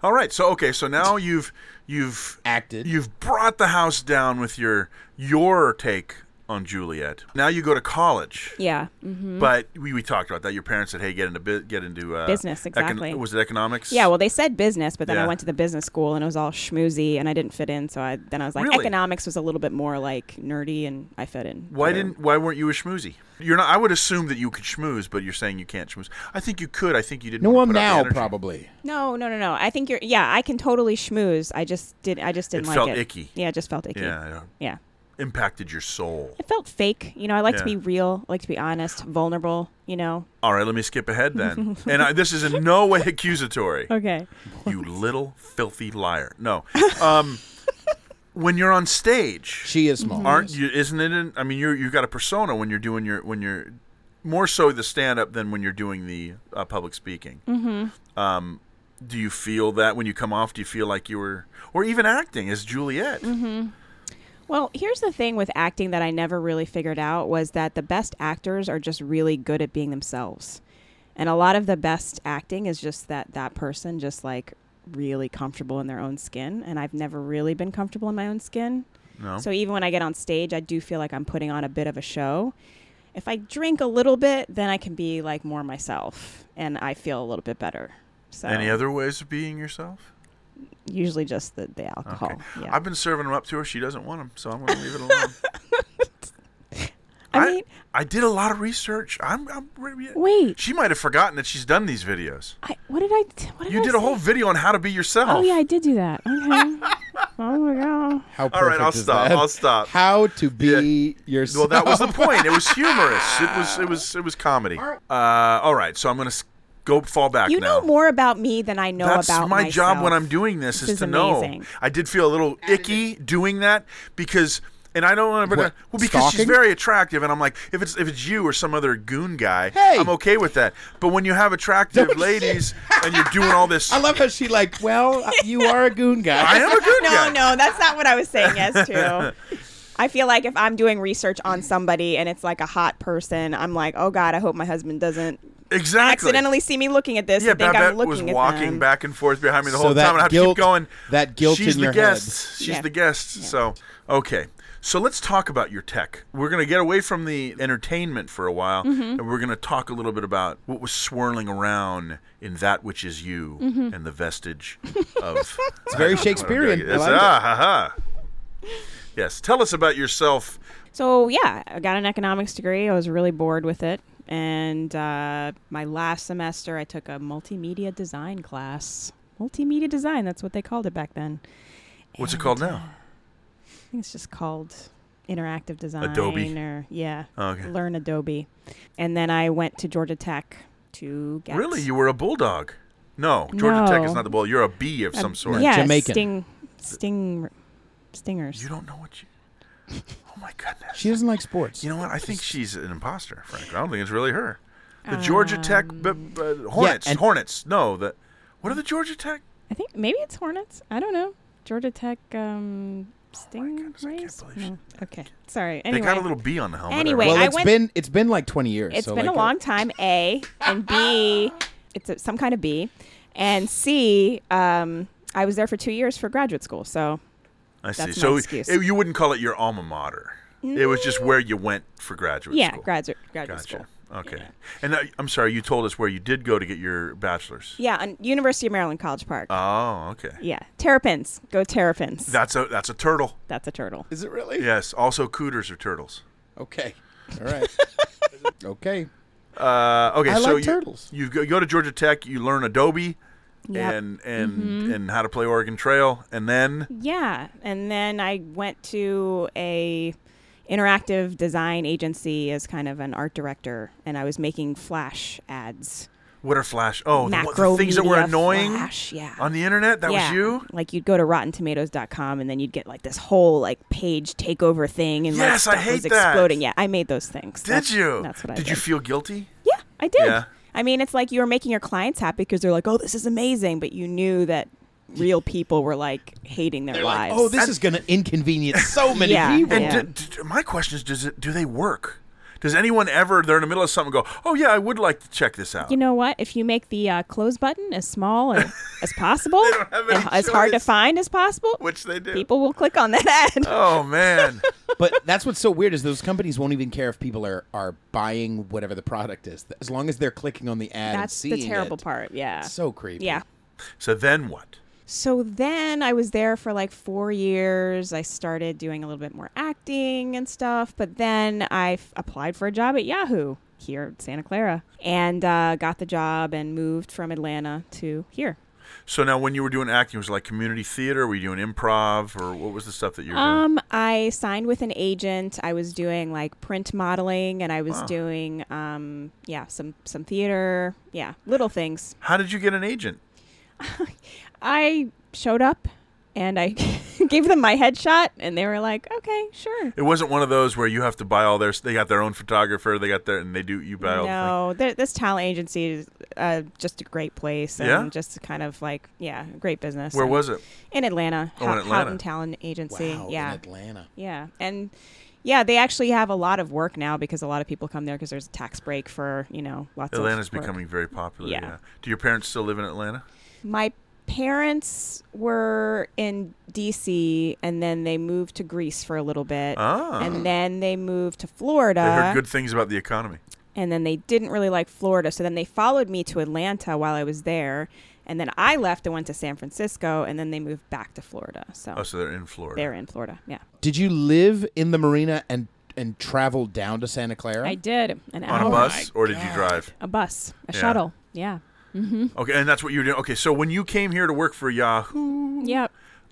All right. So okay. So now you've you've Acted. You've brought the house down with your your take on Juliet. Now you go to college, Yeah. Mm-hmm. but we, we talked about that. Your parents said, "Hey, get into bu- get into uh, Business, econ- exactly. was it economics? Yeah, well, they said business, but then Yeah. I went to the business school and it was all schmoozy and I didn't fit in. So I then I was like, Really? economics was a little bit more like nerdy and I fit in. Why better. didn't? Why weren't you a schmoozy? You're not. I would assume that you could schmooze, but you're saying you can't schmooze. I think you could. I think you didn't. No, well, want to put out the now energy. probably. No, no, no, no. I think you're. Yeah, I can totally schmooze. I just did. I just didn't It like felt it. icky. Yeah, it just felt icky. Yeah, yeah. Yeah. Impacted your soul. It felt fake. You know, I like Yeah. to be real. I like to be honest, vulnerable. You know. All right, let me skip ahead then. and I, this is in no way accusatory. Okay. You little filthy liar. No. Um, when you're on stage, She is small. aren't you? Isn't it? An, I mean, you you've got a persona when you're doing your when you're more so the stand up than when you're doing the uh, public speaking. Mm-hmm. Um, do you feel that when you come off? Do you feel like you were, or even acting as Juliet? Well, here's the thing with acting that I never really figured out was that the best actors are just really good at being themselves. And a lot of the best acting is just that that person just like really comfortable in their own skin and I've never really been comfortable in my own skin. No. So even when I get on stage, I do feel like I'm putting on a bit of a show. If I drink a little bit, then I can be like more myself and I feel a little bit better. So Any other ways of being yourself? usually just the, the alcohol. Yeah. I've been serving them up to her. She doesn't want them, so I'm going to leave it alone. I mean- I did a lot of research. I'm, I'm Wait. She might have forgotten that she's done these videos. I, what did I t- what did You I did a say? whole video on how to be yourself. Oh yeah, I did do that. Okay. oh my god. How perfect All right, I'll is stop. that? I'll stop. How to Well, be yourself. that was the point. It was humorous. It was it was it was comedy. Uh, all right, so I'm going to go fall back You now. know more about me than I know That's about my job myself. when I'm doing this, This is, is to know. amazing. I did feel a little icky doing that because, and I don't want to. Well, What, because she's stalking? very attractive, and I'm like, if it's if it's you or some other goon guy, Hey! I'm okay with that. But when you have attractive ladies and you're doing all this, I love how she like. Well, uh, you are a goon guy. I am a goon No, guy. no, that's not what I was saying yes to. I feel like if I'm doing research on somebody and it's like a hot person, I'm like, oh god, I hope my husband doesn't exactly. accidentally see me looking at this Yeah, and think I'm Babette looking was at walking them. back and forth behind me the So whole that time, and I have to keep guilt- going. that guilt She's in the your head. guest. She's Yeah. the guest. So okay, so let's talk about your tech. We're gonna get away from the entertainment for a while, Mm-hmm. and we're gonna talk a little bit about what was swirling around in that which is you Mm-hmm. and the vestige of. it's very Shakespearean. I like it. ah, ha, ha. Yes, tell us about yourself. So yeah, I got an economics degree. I was really bored with it, and uh, my last semester I took a multimedia design class. Multimedia design—that's what they called it back then. What's it called now? I think it's just called interactive design Adobe? Oh, or yeah Okay. learn adobe and then i went to georgia tech to get Really, you were a bulldog. No, Georgia Tech is No. not the bull. You're a bee of a- some sort. yeah Jamaican. sting sting stingers You don't know what you. Oh my goodness. She doesn't like sports. you know what? I think she's an imposter, Frank. I don't think it's really her. The Georgia Um, Tech b- b- Hornets. and- Hornets. No, the what are the Georgia Tech? i think maybe it's hornets i don't know georgia tech um sting goodness, I can't rays? believe she No. okay sorry They anyway got a little bee on the helmet. Anyway. well, I it's went- been it's been like twenty years. It's so been like, a long time. A and B, it's a, some kind of B, and C. Um, I was there for two years for graduate school, so I see. my so excuse. it- you wouldn't call it your alma mater. It was just where you went for graduate yeah, school. graduate graduate Gotcha. school. Okay. And uh, I'm sorry, you told us where you did go to get your bachelor's. Yeah, on University of Maryland College Park. Oh, okay. yeah, terrapins. Go terrapins. That's a that's a turtle. That's a turtle. Is it really? Yes. Also, cooters are turtles. Okay. All right. okay. Uh, okay, I so like you, turtles. You go, you go to Georgia Tech, you learn Adobe Yep. Mm-hmm. and and and how to play Oregon Trail, and then Yeah, and then I went to a interactive design agency as kind of an art director, and I was making flash ads, what are Flash? Oh, the, what- macro the things that were media annoying Flash, yeah. on the internet. That yeah. was you. Like you'd go to RottenTomatoes.com and then you'd get like this whole like page takeover thing, and like Yes, I stuff was hate that. exploding. Yeah, I made those things. Did That's- you? That's what I did did. you feel guilty? Yeah, I did. Yeah. I mean, it's like you were making your clients happy because they're like, "Oh, this is amazing," but you knew that real people were like hating their lives. Oh, this is going to inconvenience so many Yeah. people. And Yeah. d d- d- my question is, does it, do they work? Does anyone ever they're in the middle of something go, oh yeah, I would like to check this out? you know what? If you make the uh, close button as small and as possible, don't have any and as hard to choice. find as possible, Which they do. people will click on that ad. Oh man, But that's what's so weird is those companies won't even care if people are, are buying whatever the product is, as long as they're clicking on the ad and That's seeing the terrible it. part. Yeah. So creepy. yeah. so then what? So then I was there for like four years. I started doing a little bit more acting and stuff, but then I f- applied for a job at Yahoo here in Santa Clara and uh, got the job and moved from Atlanta to here. So now, when you were doing acting, was it like community theater? Were you doing improv, or what was the stuff that you were doing? Um, I signed with an agent. I was doing like print modeling, and I was Wow. doing um, yeah, some some theater, yeah, little things. How did you get an agent? I showed up, and I gave them my headshot, and they were like, "Okay, sure." It wasn't one of those where you have to buy all their. They got their own photographer. They got their and they do you buy all. the thing. No, th- this talent agency is uh, just a great place, and Yeah? just kind of like yeah, great business. Where And- was it? in Atlanta? Oh, in Hou- Atlanta. Houghton Talent Agency. Wow, yeah, in Atlanta. Yeah, and yeah, they actually have a lot of work now because a lot of people come there because there's a tax break for you know lots Atlanta's of work. becoming very popular. Yeah. Yeah. Do your parents still live in Atlanta? My parents were in D.C. and then they moved to Greece for a little bit, Ah. and then they moved to They Florida, heard good things about the economy. and then they didn't really like Florida, so then they followed me to Atlanta while I was there, and then I left and went to San Francisco, and then they moved back to Florida. So Oh, so they're in Florida. they're in Florida. Yeah, Did you live in the marina and and travel down to Santa Clara? I did on an hour, a bus, or did you God. drive? a bus, a Yeah. shuttle. Yeah. Okay, and that's what you were doing. Okay, so when you came here to work for Yahoo, Yep.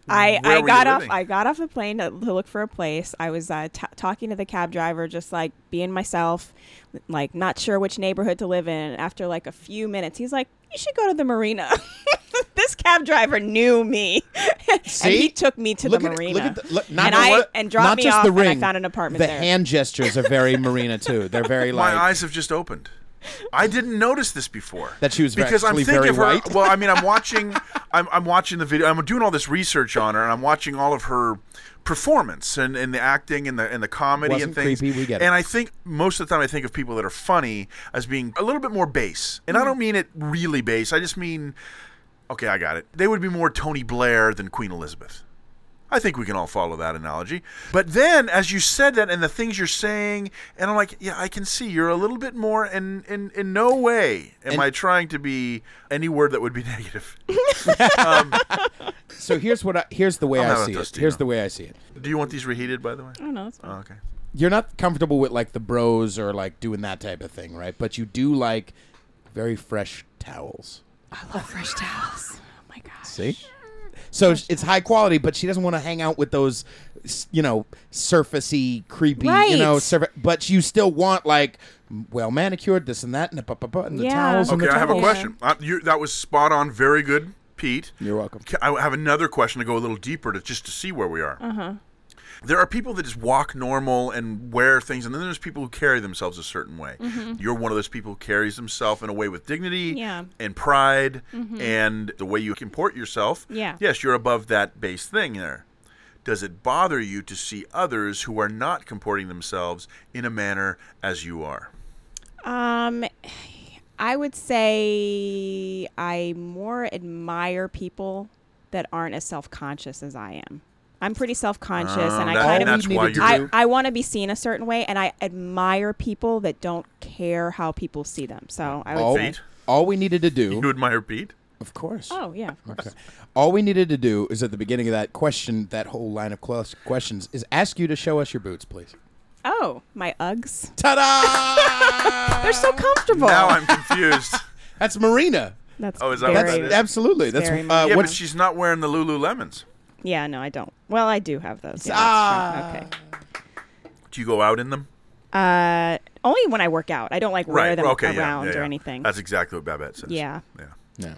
I, Where were I you got off living? I got off the plane to, to look for a place. I was uh, t- talking to the cab driver, just like being myself, like not sure which neighborhood to live in. After like a few minutes, he's like, "You should go to the marina." this cab driver knew me, and See? he took me to look the at, marina. Look at the, look, not and you know I what? and dropped not me just off, the ring. and I found an apartment the there. hand gestures are very marina too. They're very my like eyes have just opened. I didn't notice this before. That she was because I'm actually thinking very of her. white? Well, I mean, I'm watching. I'm, I'm watching the video. I'm doing all this research on her, and I'm watching all of her performance and, and the acting and the and the comedy Wasn't and things. creepy, we get it. and I think most of the time I think of people that are funny as being a little bit more base, and I Hmm. don't mean it really base. I just mean, okay, I got it. They would be more Tony Blair than Queen Elizabeth. I think we can all follow that analogy. But then, as you said that, and the things you're saying, and I'm like, yeah, I can see you're a little bit more. And in in no way am And- I trying to be any word that would be negative. So here's what I, here's the way I'm I not a see it. Tostino. Here's the way I see it. Do you want these reheated, by the way? I don't know. It's Oh, okay. You're not comfortable with like the bros or like doing that type of thing, right? But you do like very fresh towels. I love fresh towels. Oh my gosh. See? So it's high quality, but she doesn't want to hang out with those, s- you know, surfacey, creepy, you know, Right. surfa- but you still want like m- well manicured, this and that, and the, bu- bu- bu- and the Yeah. towels. and Okay, the I have a towels. question. Uh, you, that was spot on. Very good, Pete. You're welcome. Ca- I have another question to go a little deeper to just to see where we are. Uh-huh. There are people that just walk normal and wear things, and then there's people who carry themselves a certain way. You're one of those people who carries himself in a way with dignity Mm-hmm. Yeah. Mm-hmm. and pride and the way you comport yourself. Yeah. Yes, you're above that base thing there. Does it bother you to see others who are not comporting themselves in a manner as you are? Um, I would say I more admire people that aren't as self conscious as I am. I'm pretty self conscious, Oh, and I that- kind that's of we why needed you're to do- I, I want to be seen a certain way, and I admire people that don't care how people see them. So I would All, say, Pete? all we needed to you do, admire Pete. of course. oh yeah, of course. Okay. All we needed to do is at the beginning of that question, that whole line of ques- questions, is ask you to show us your boots, please. Oh, my Uggs. Ta-da! They're so comfortable. Uh, Now I'm confused. That's Marina. That's Oh, is that what That's very, that is? absolutely. That's Very uh, yeah, but what's she's not wearing the Lululemons. Yeah, no, I don't. Well, I do have those. Yeah, Ah. that's true. Do you go out in them? Okay. Uh, only when I work out. I don't like wear them well, okay. yeah, around yeah, or yeah. anything. That's exactly what Babette says. Yeah. Yeah. no.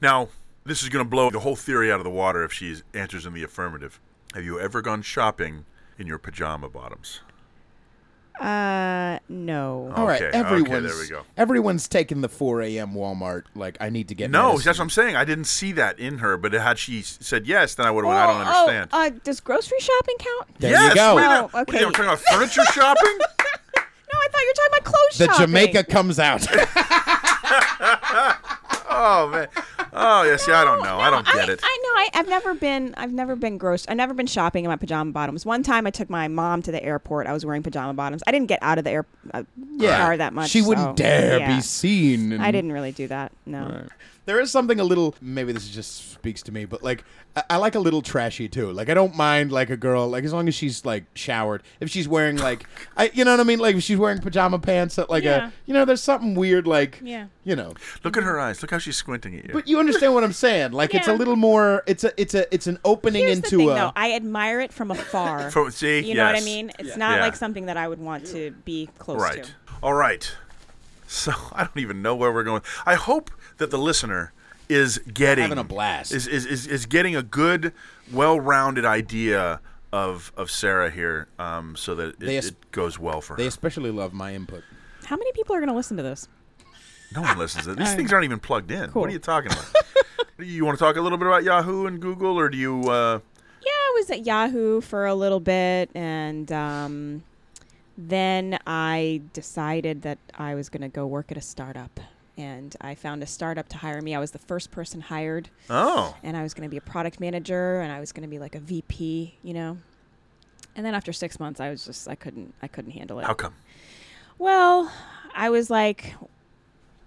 Now, this is going to blow the whole theory out of the water if she answers in the affirmative. Have you ever gone shopping in your pajama bottoms? uh, no. All right, Okay, okay, there we everyone's go. everyone's taking the 4 a.m. Walmart. Like, I need to get No, medicine. that's what I'm saying. I didn't see that in her, but had she s- said yes, then I would have went, I don't understand. Oh, uh, does grocery shopping count? There yes, you go. wait a minute. Oh, What are you, okay. talking about furniture shopping? No, I thought you were talking about clothes the shopping. Jamaica comes out. Oh, man. Oh, yes, yeah, I don't know. I don't I, get it. I know. I, I've never been. I've never been gross. I've never been shopping in my pajama bottoms. One time, I took my mom to the airport. I was wearing pajama bottoms. I didn't get out of the air, uh, car that much. She wouldn't so, dare yeah. be seen. and- I didn't really do that. No. There is something a little. Maybe this just speaks to me, but like I, I like a little trashy too. Like I don't mind like a girl like as long as she's like showered. If she's wearing like I, you know what I mean. Like if she's wearing pajama pants that like Yeah. a you know there's something weird like Yeah. you know. Look at her eyes. Look how she's squinting at you. But you understand what I'm saying? Like it's a Yeah. little more. It's a it's a it's an opening Here's into uh, the thing, a. though. I admire it from afar. From- see? you know what Yes. I mean? It's not Yeah. like something that I would want to be close Right. to. All right. So I don't even know where we're going. I hope that the listener is getting Having a blast. Is is, is, is getting a good, well-rounded idea of of Sarah here, um, so that it, They es- it goes well for they her. especially love my input. How many people are going to listen to this? no one listens. to it. These things aren't even plugged in. Cool. What are you talking about? you want to talk a little bit about Yahoo and Google, or do you? Uh, Yeah, I was at Yahoo for a little bit, and um, then I decided that I was going to go work at a startup. And I found a startup to hire me. I was the first person hired, oh, and I was going to be a product manager, and I was going to be like a VP, you know. And then after six months, I was just I couldn't I couldn't handle it. how come? Well, I was like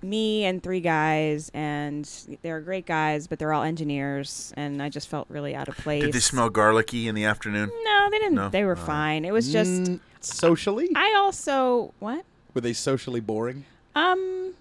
me and three guys, and they're great guys, but they're all engineers, and I just felt really out of place. Did they smell garlicky in the afternoon? No, they didn't. No? They were fine. It was just Mm, socially, I also what? were they socially boring? Um,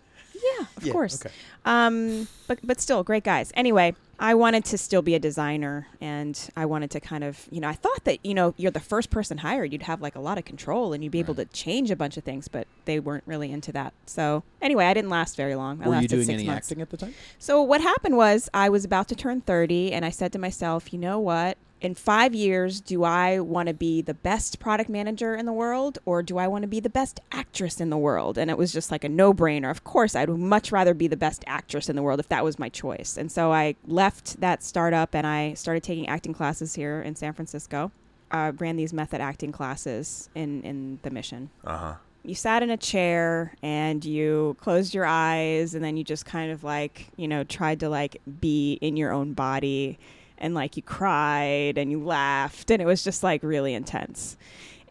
yeah, of Yeah, course. okay. Um, but but still, great guys. Anyway, I wanted to still be a designer, and I wanted to kind of, you know, I thought that you know you're the first person hired, you'd have like a lot of control, and you'd be able to change a bunch of things. But they weren't really into that. So anyway, I didn't last very long. I Were you lasted doing six any months. acting at the time? So what happened was I was about to turn 30 and I said to myself, you know what? In 5 years, do I want to be the best product manager in the world or do I want to be the best actress in the world? And it was just like a no-brainer. Of course, I'd much rather be the best actress in the world if that was my choice. And so I left that startup and I started taking acting classes here in San Francisco. I ran these method acting classes in in the mission you sat in a chair and you closed your eyes and then you just kind of like you know tried to like be in your own body and like you cried and you laughed and it was just like really intense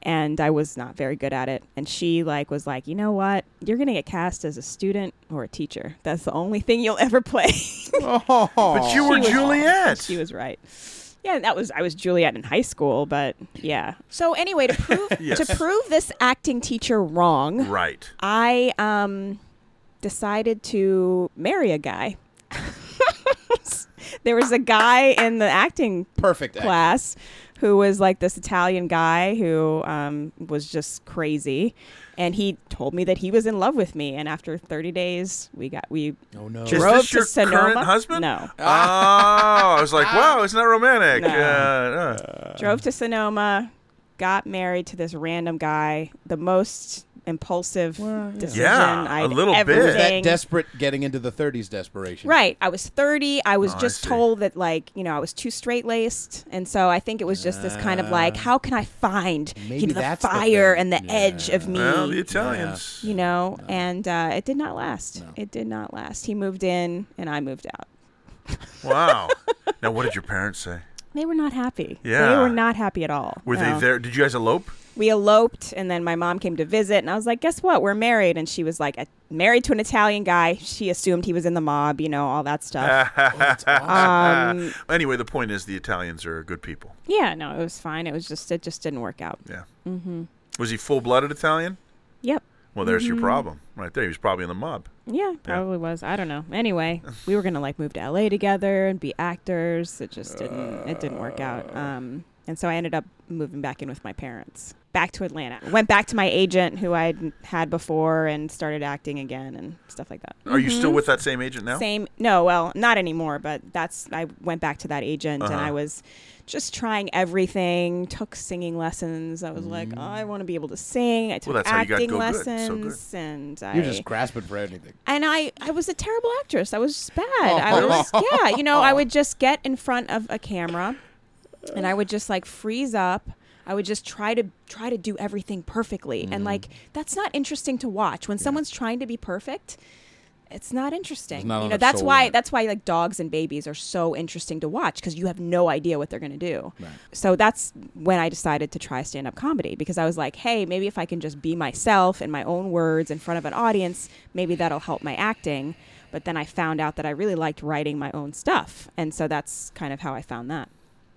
and i was not very good at it and she like was like you know what you're gonna get cast as a student or a teacher that's the only thing you'll ever play Oh, But you were was- Juliet. she was right. Yeah, that was I was Juliet in high school, but yeah. So anyway, to prove Yes. to prove this acting teacher wrong, right. I um, decided to marry a guy. there was a guy in the acting perfect. acting. class who was like this Italian guy who um, was just crazy, and he told me that he was in love with me. And after 30 days, we got we Oh no. Is Drove this to your current Sonoma? husband? No. Oh, I was like, wow, isn't that romantic? No. Uh, uh. drove to Sonoma, got married to this random guy, the most impulsive decision Yeah, I'd a little bit. ever It was that made. desperate getting into the 30s desperation. Right. I was 30. I was Oh, I just see. told that, like, you know, I was too straight laced. And so I think it was just this kind of like, how can I find Maybe you know, the that's the fire thing. and the edge of me? Well, the Italians. you know, and uh, it did not last. It did not last. He moved in and I moved out. Wow. now, what did your parents say? They were not happy. They Yeah. were not happy at all. Were No. they there? Did you guys elope? we eloped and then my mom came to visit and i was like guess what we're married and she was like "Uh, married to an italian guy she assumed he was in the mob you know all that stuff um, Uh, Anyway, the point is the Italians are good people. yeah no it was fine it was just it just didn't work out Yeah. Was he full blooded Italian? Yep. Well, there's Mm-hmm. your problem right there. He was probably in the mob. Yeah, probably was. I don't know. Anyway, we were gonna like move to LA together and be actors. It just didn't. It didn't work Uh. out. Um, and so I ended up moving back in with my parents, back to Atlanta. Went back to my agent who I'd had before and started acting again and stuff like that. Are you still with that same agent now? Mm-hmm. Same. No, well, not anymore. But that's. I went back to that agent and I Uh-huh. was just trying everything. Took singing lessons. I was like, oh, I want to be able to sing. I took Mm. that's how you got acting Go Good. So good. lessons, and I You're just grasping for anything. and I, I was a terrible actress. I was just bad. I was yeah, you know, I would just get in front of a camera and I would just like freeze up. I would just try to try to do everything perfectly. And like that's not interesting to watch. When someone's trying to be perfect, it's not interesting. not you know, enough that's soul in why it. that's why like dogs and babies are so interesting to watch because you have no idea what they're going to do. So that's when I decided to try stand up comedy because I was like, hey, maybe if I can just be myself in my own words in front of an audience, maybe that'll help my acting. But then I found out that I really liked writing my own stuff. And so that's kind of how I found that.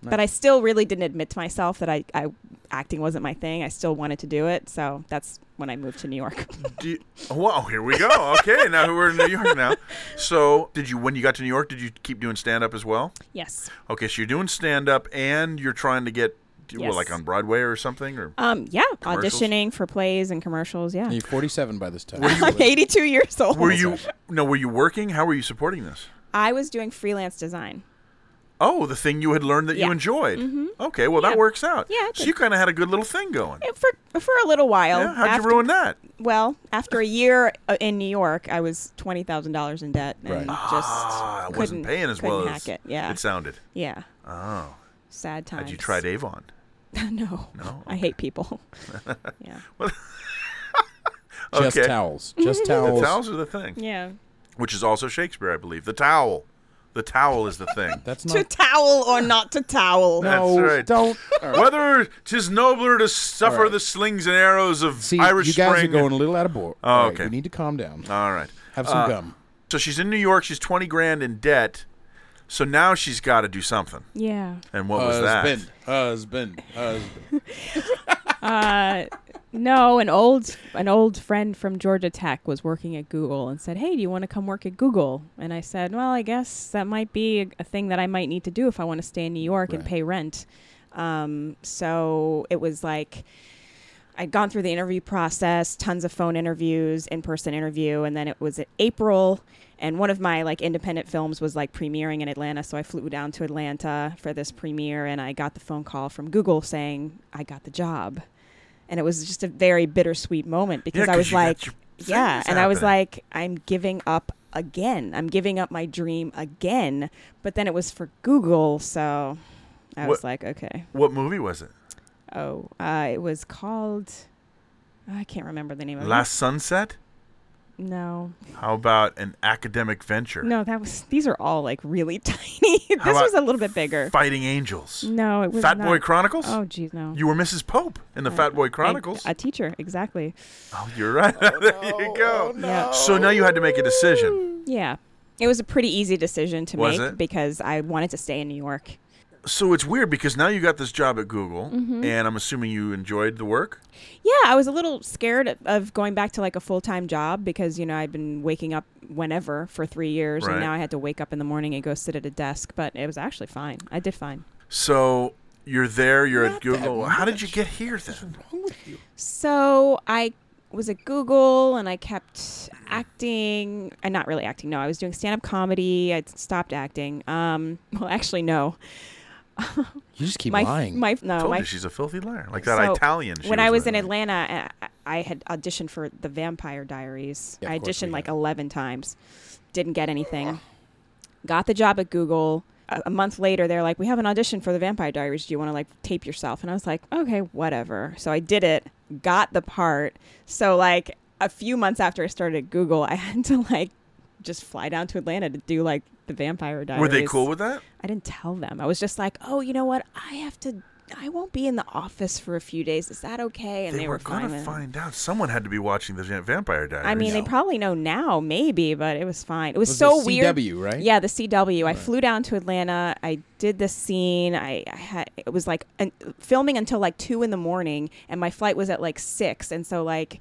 But I still really didn't admit to myself that I, I acting wasn't my thing. I still wanted to do it. So that's when I moved to New York. Do you, wow, here we go. Okay, now we're in New York now. So, did you when you got to New York, did you keep doing stand up as well? yes. Okay, so you're doing stand up and you're trying to get well, Yes. like on Broadway or something or Um, yeah, Commercials? auditioning for plays and commercials. Yeah, You're 47 by this time. I'm 82 years old. were you no, were you working? How were you supporting this? I was doing freelance design. Oh, the thing you had learned that you Yeah. Mm-hmm. enjoyed. Okay, well that Yeah. works out. Yeah, it So did. you kind of had a good little thing going. Yeah, For for a little while. Yeah, how'd After- you ruin that? Well, after a year uh, in New York, I was twenty thousand dollars in debt and Right. just Ah, I couldn't, wasn't paying as couldn't well hack as it. Yeah, it sounded. yeah. Oh, Sad times. had you tried Avon? no, No? I hate people. yeah, Just Okay. towels. Just The towels. towels are the thing, yeah. which is also Shakespeare, I believe. The towel, the towel is the thing. That's To not. towel or not to towel. No, That's right. don't. Whether 'tis nobler to suffer right. the slings and arrows of See, Irish you guys Spring. are going a little out of board. Oh, okay. Uh, We need to calm down. All right. Have some gum. So she's in New York. She's twenty grand in debt. So now she's got to do something. Yeah. And what Uh, was that? Husband. Husband. No, an old an old friend from Georgia Tech was working at Google and said, "Hey, do you want to come work at Google?" And I said, "Well, I guess that might be a, a thing that I might need to do if I want to stay in New York and pay rent." Um, so it was like I'd gone through the interview process, tons of phone interviews, in-person interview, and then it was in April, and one of my like independent films was like premiering in Atlanta, so I flew down to Atlanta for this premiere, and I got the phone call from Google saying I got the job, and it was just a very bittersweet moment because I 'cause was you got like, your things yeah, and I was happening. like, I'm giving up again, I'm giving up my dream again, but then it was for Google, so I What- was like, okay. What movie was it? Oh, uh, it was called. oh, I can't remember the name of Last Sunset. it. No, How about an academic venture? no, that was. These are all like really tiny. this about was a little bit bigger. Fighting Angels. no, it was Fat not. Boy Chronicles. Oh, geez, no. You were Mrs. Pope in the Fat Boy Chronicles. A, teacher, exactly. oh, you're right. there you go. Yeah, So now you had to make a decision. yeah. It was a pretty easy decision to Was make it? because I wanted to stay in New York. So it's weird because now you got this job at Google, Mm-hmm. and I'm assuming you enjoyed the work. Yeah, I was a little scared of- of going back to like a full time job because you know I'd been waking up whenever for three years, Right. and now I had to wake up in the morning and go sit at a desk. But it was actually fine. I did fine. So you're there. You're at Google. How did you get here then? So I was at Google and I kept acting, and not really acting. No, I was doing stand up comedy. I stopped acting. Um, well, actually, no. You just keep My lying. my no Told my you she's a filthy liar, like that Oh, so Italian. She when I was with. in Atlanta, I, I had auditioned for The Vampire Diaries. Yeah, of I course we auditioned like have. eleven times, didn't get anything. Got the job at Google. A, a month later, they're like, "We have an audition for The Vampire Diaries. Do you want to like tape yourself?" And I was like, "Okay, whatever." So I did it. Got the part. So like a few months after I started at Google, I had to like just fly down to Atlanta to do like The Vampire Diaries. Were they cool with that? I didn't tell them. I was just like, oh, you know what? I have to I won't be in the office for a few days. Is that okay? And They, they, were, fine going with to it. find out. Someone had to be watching the Vampire Diaries. I mean, they probably know now, maybe, but it was fine. It was, Was so the weird. CW, right? Yeah, the CW. I flew down to Atlanta. I did the scene. I, I had it was like an, filming until like two in the morning, and my flight was at like six. And so like,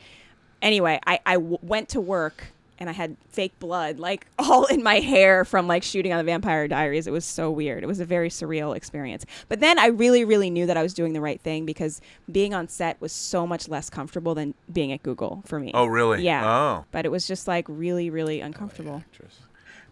anyway, I I w- went to work. And I had fake blood, like all in my hair from like shooting on the Vampire Diaries. It was so weird. It was a very surreal experience. But then I really, really knew that I was doing the right thing because being on set was so much less comfortable than being at Google for me. Oh, really? Yeah. Oh. But it was just like really, really uncomfortable.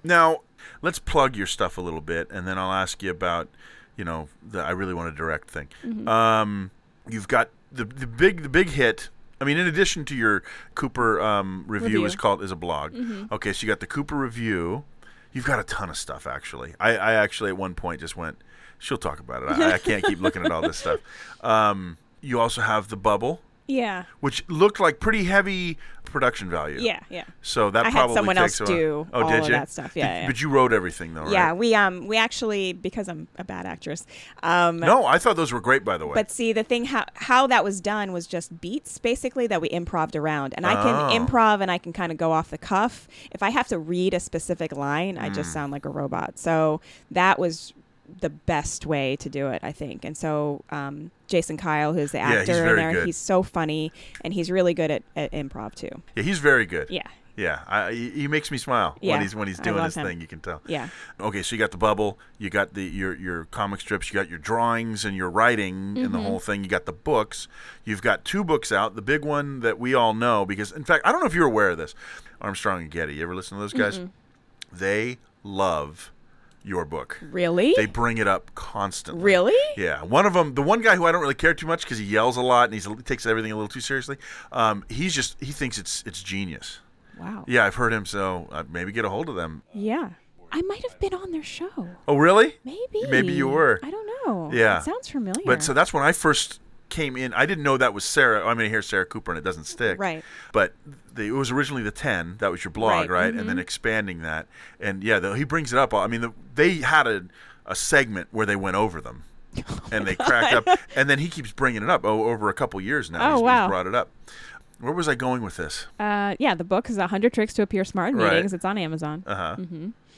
Now, let's plug your stuff a little bit, and then I'll ask you about, you know, the I really want to direct thing. Mm-hmm. Um, you've got the the big the big hit. I mean, in addition to your Cooper um, review, Review. Mm-hmm. is called is a blog. Okay, so you got the Cooper review. You've got a ton of stuff actually. I, I actually at one point just went, she'll talk about it. I, I can't keep looking at all this stuff. Um, you also have the bubble, Yeah. which looked like pretty heavy production value. Yeah. Yeah. So that I had probably someone takes else a- do oh, all did of you? that stuff. Yeah, Did- yeah. But you wrote everything though, Yeah. right? We um we actually because I'm a bad actress. Um No, I thought those were great by the way. but see the thing how how that was done was just beats basically that we improved around. And I Oh. can improv and I can kind of go off the cuff. If I have to read a specific line, I Mm. just sound like a robot. So that was the best way to do it, I think. And so um, Jason Kyle, who's the Yeah, actor he's in very there, good. he's so funny and he's really good at, at improv too. yeah, he's very good. Yeah. Yeah, I, he he makes me smile Yeah, when he's when he's I doing love his him. thing. You can tell. Yeah. Okay, so you got the bubble, you got the your your comic strips, you got your drawings and your writing and the Mm-hmm. whole thing. You got the books. You've got two books out. The big one that we all know because in fact I don't know if you're aware of this. Armstrong and Getty. You ever listen to those guys? Mm-hmm. They love your book. Really? They bring it up constantly. Really? Yeah. One of them, the one guy who I don't really care too much because he yells a lot and he's, he takes everything a little too seriously. Um, he's just he thinks it's it's genius. Wow. Yeah, I've heard him. So uh, maybe get a hold of them. Yeah. I might have been on their show. Oh, really? Maybe. Maybe you were. I don't know. Yeah. It sounds familiar. But so that's when I first came in. I didn't know that was Sarah. I mean, I hear Sarah Cooper and it doesn't stick. Right. But the, it was originally the 10. That was your blog, right? Right, Mm-hmm. And then expanding that. And yeah, though he brings it up. I mean, the, they had a, a segment where they went over them. Oh and they cracked up, and then he keeps bringing it up oh, over a couple years now. Oh, he's, he's wow. brought it up. Where was I going with this? uh, yeah, the book is 100 Tricks to Appear Smart in Right. Meetings. It's on Amazon. Uh huh.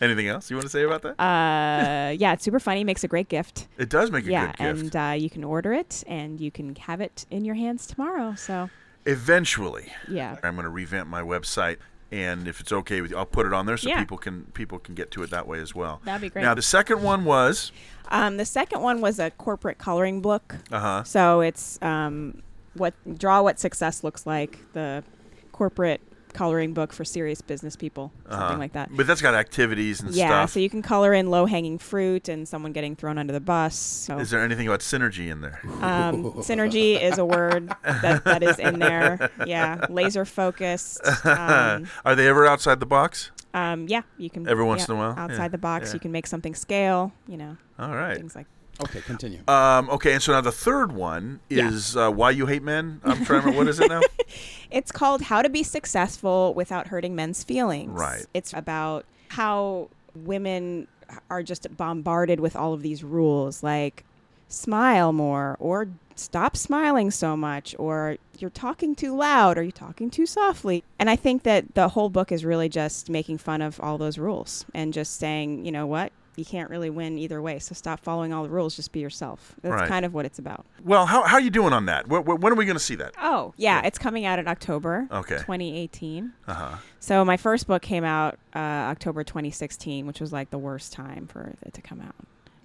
Anything else you want to say about that? Uh, yeah, it's super funny. Makes a great gift. it does make a yeah, good gift. and uh, you can order it and you can have it in your hands tomorrow. So, Eventually, yeah. I'm going to revamp my website, and if it's okay with you, I'll put it on there so Yeah. people can people can get to it that way as well. That'd be great. Now the second one was Um, the second one was a corporate coloring book. uh huh. So it's um, what draw what success looks like. The corporate coloring book for serious business people, something like that. But that's got activities and Yeah, Uh-huh. Mm, stuff. so you can color in low hanging fruit and someone getting thrown under the bus. So, Is there anything about synergy in there? um, synergy is a word that, that is in there. Yeah, laser focused. Um, Are they ever outside the box? um, yeah, you can Every once yeah, in a while, outside yeah, the box. yeah. You can make something scale. You know, All right. things like. Okay, continue. Uh, Um, okay, and so now the third one Yeah. is uh, why you hate men. I'm trying to remember what is it now. It's called How to Be Successful Without Hurting Men's Feelings. Right. It's about how women are just bombarded with all of these rules like smile more or stop smiling so much or you're talking too loud or you're talking too softly. And I think that the whole book is really just making fun of all those rules and just saying, you know what? You can't really win either way, so stop following all the rules. Just be yourself. That's Right. kind of what it's about. Well, how how you doing on that? Wh- wh- when are we going to see that? Oh, yeah, it's coming out in October Okay. 2018. Uh huh. So my first book came out uh, October 2016, which was like the worst time for it to come out.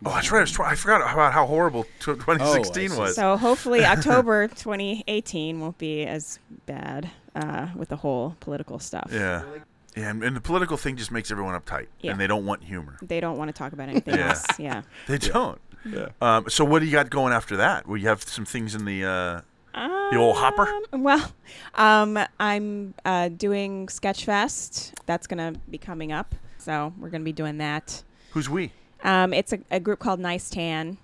Oh, that's right. It was tw- I forgot about how horrible tw- 2016 see. was. So hopefully October 2018 won't be as bad uh, with the whole political stuff. yeah. yeah. And, and the political thing just makes everyone uptight, Yeah. and they don't want humor. They don't want to talk about anything Yeah. else. Yeah. They don't. Um, so what do you got going after that? Well, you have some things in the. Uh, Um, The old hopper? Well, um, I'm uh, doing Sketchfest. That's going to be coming up. So we're going to be doing that. who's we? Um, it's a, a group called Nice Tan.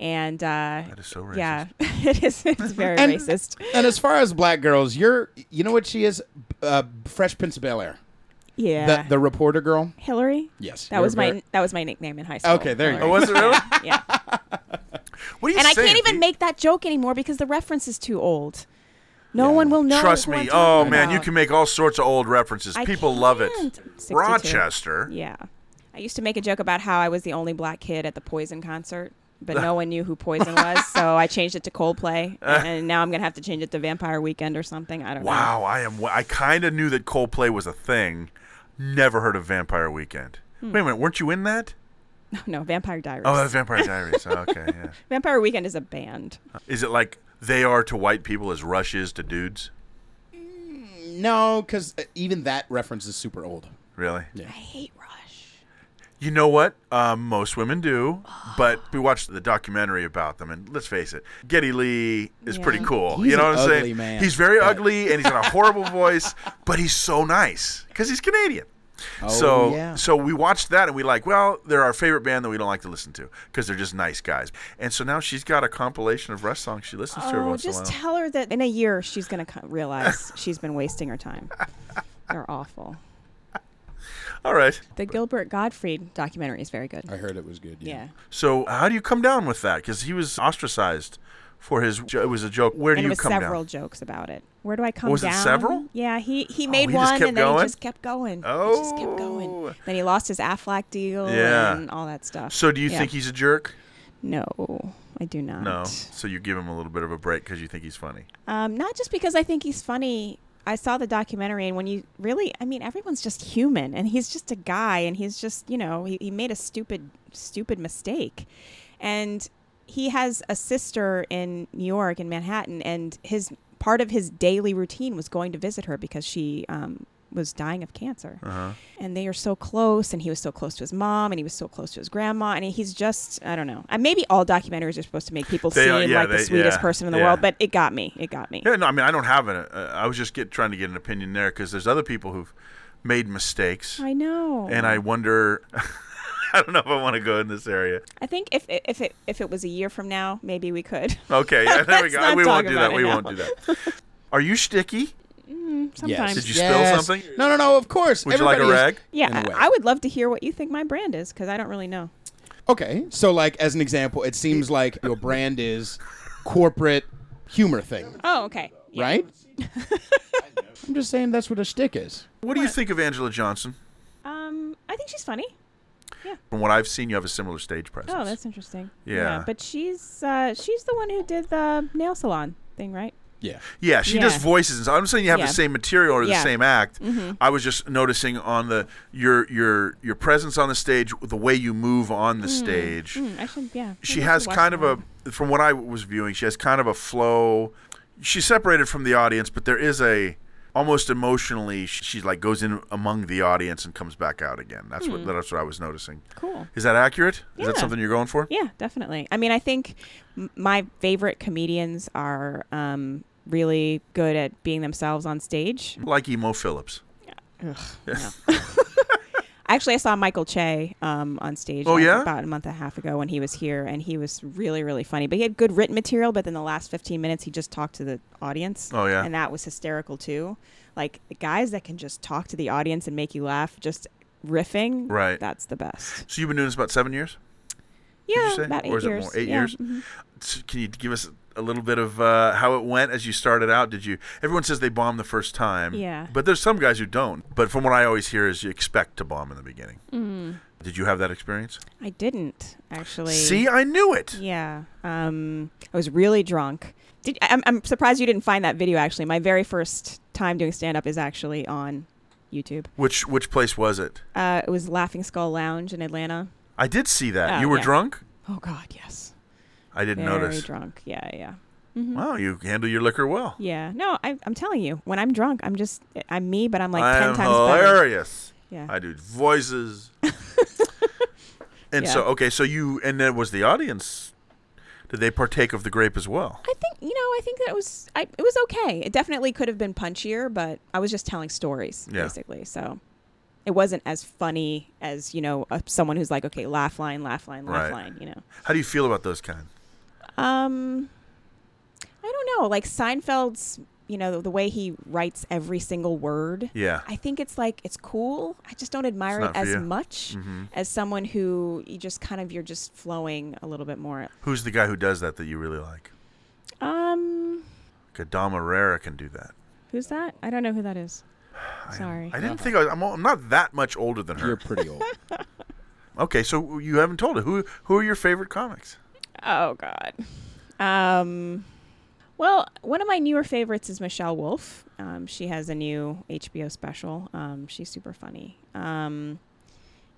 And uh, That is so racist. yeah, it is. It's very And- racist. and as far as black girls, you're you know what she is? Uh, Fresh Prince of Bel Air, Yeah. the the reporter girl. Hillary. Yes, That you're was my very- that was my nickname in high school. Okay, there you Oh, Hillary. was it really? Yeah. What are you and I saying, can't even Pete? make that joke anymore because the reference is too old. No one will know. Trust who I'm me. Oh talking man, you about. can make all sorts of old references. I People love it. can't. 62. Rochester. Yeah. I used to make a joke about how I was the only black kid at the Poison concert, but no one knew who Poison was, so I changed it to Coldplay, and now I'm going to have to change it to Vampire Weekend or something. I don't know. Wow, I am. I kind of knew that Coldplay was a thing. Never heard of Vampire Weekend. Hmm. Wait a minute, weren't you in that? Wow. No, Vampire Diaries. Oh, that's Vampire Diaries. Oh, okay, yeah. Vampire Weekend is a band. Is it like they are to white people as Rush is to dudes? No, because even that reference is super old. Really? I hate Rush. You know what? Um, most women do, but we watched the documentary about them, and let's face it, Getty Lee is Yeah. pretty cool. He's you know an what I'm ugly saying? man, he's very but- ugly, and he's got a horrible voice, but he's so nice because he's Canadian. Oh, so yeah. so we watched that and we like well they're our favorite band that we don't like to listen to because they're just nice guys and so now she's got a compilation of rest songs she listens to every Oh, once in a just while tell her that in a year she's going to realize she's been wasting her time. They're awful. all right The Gilbert Gottfried documentary is very good. I heard it was good. Yeah. so how do you come down with that because he was ostracized for his jo- it was a joke where do and you it was come several down jokes about it. Where do I come Was it down? several? Oh, Yeah, he he made he just one kept and then going? he just kept going. he just kept Oh. going. Then he lost his Aflac deal Yeah. and all that stuff. so do you Yeah. think he's a jerk No, I do not. No. So you give him a little bit of a break because you think he's funny. Um, not just because I think he's funny. I saw the documentary, and when you really, I mean, everyone's just human, and he's just a guy, and he's just, you know, he, he made a stupid, stupid mistake. And he has a sister in New York, in Manhattan, and his part of his daily routine was going to visit her because she um, was dying of cancer. Uh-huh. And they are so close, and he was so close to his mom, and he was so close to his grandma, and he's just, I don't know. Uh, Maybe all documentaries are supposed to make people They seem are- yeah, like they- the sweetest yeah, person in the yeah. world, but it got me. It got me. Yeah, no, I mean, I don't have an. Uh, I was just get, trying to get an opinion there because there's other people who've made mistakes, I know. and I wonder. I don't know if I want to go in this area. I think if if it if it was a year from now, maybe we could. Okay, yeah, there we Let's go. not We talk won't do about that. it We now. won't do that. Are you sticky? Sometimes. Did you Yes. spill something? No, no, no. Of course. Would you like a Everybody is- rag? in a yeah, way. I I would love to hear what you think my brand is because I don't really know. Okay, so like as an example, it seems like your brand is corporate humor thing, Oh, okay. Yeah. right? I'm just saying that's what a shtick is. What do you think of Angela Johnson? Um, I think she's funny. From what I've seen, you have a similar stage presence. Oh, that's interesting. Yeah. but she's uh, she's the one who did the nail salon thing, right? Yeah. Yeah, she does Yeah. voices. And so I'm not saying you have Yeah. the same material or the Yeah. Mm-hmm. same act. I was just noticing on the your your your presence on the stage, the way you move on the stage. Mm. Hmm, I should. Yeah. she has kind of a from what i was viewing she has kind of a flow she's separated from the audience but there is a almost emotionally sh- she like goes in among the audience and comes back out again that's what that's what i was noticing cool. is that accurate is that Mm. Yeah. something you're going for Yeah, definitely. I mean, I think m- my favorite comedians are um, really good at being themselves on stage. like emo phillips Actually, I saw Michael Che um, on stage Oh, like, yeah? about a month and a half ago when he was here, and he was really, really funny. But he had good written material, but then the last 15 minutes, he just talked to the audience. Oh, yeah. And that was hysterical, too. Like, guys that can just talk to the audience and make you laugh, just riffing, Right. that's the best. so you've been doing this about seven years Yeah, you say? about eight Or is it years. more? Eight Yeah. years? Mhm. So can you give us a little bit of uh, how it went as you started out did you everyone says they bomb the first time Yeah. but there's some guys who don't but from what i always hear is you expect to bomb in the beginning Mm-hmm. did you have that experience I didn't, actually. See, I knew it. Yeah. Um, I was really drunk. Did I- I'm, I'm surprised you didn't find that video. Actually, my very first time doing stand up is actually on YouTube. Which which place was it? Uh, it was Laughing Skull Lounge in Atlanta. I did see that. Oh, you were yeah. drunk. Oh God, yes. I didn't very notice. drunk. Mm-hmm. Yeah, yeah, Wow, you handle your liquor well. yeah. No, I, I'm telling you, when I'm drunk, I'm just I'm me, but I'm like I ten am times better. hilarious. Yeah. I do voices. and so Yeah. okay, so you and then was the audience. Did they partake of the grape as well? I think you know. I think that it was I, it was okay. It definitely could have been punchier, but I was just telling stories Yeah. basically. So it wasn't as funny as you know uh, someone who's like, okay, laugh line, laugh line, laugh Right. line. You know. How do you feel about those kind? Um, I don't know. Like Seinfeld's you know, the, the way he writes every single word. Yeah. I think it's like it's cool. I just don't admire It's it not for as you. Mm-hmm. much as someone who you just kind of you're just flowing a little bit more. Who's the guy who does that that you really like? Um, Kadama Rara can do that. who's that? I don't know who that is. Sorry. I didn't think I was, I'm, I'm not that much older than her. You're pretty old. Okay, so you haven't told it. Who who are your favorite comics? Oh God. Um, well, one of my newer favorites is Michelle Wolf. Um, she has a new HBO special. Um, she's super funny. Um,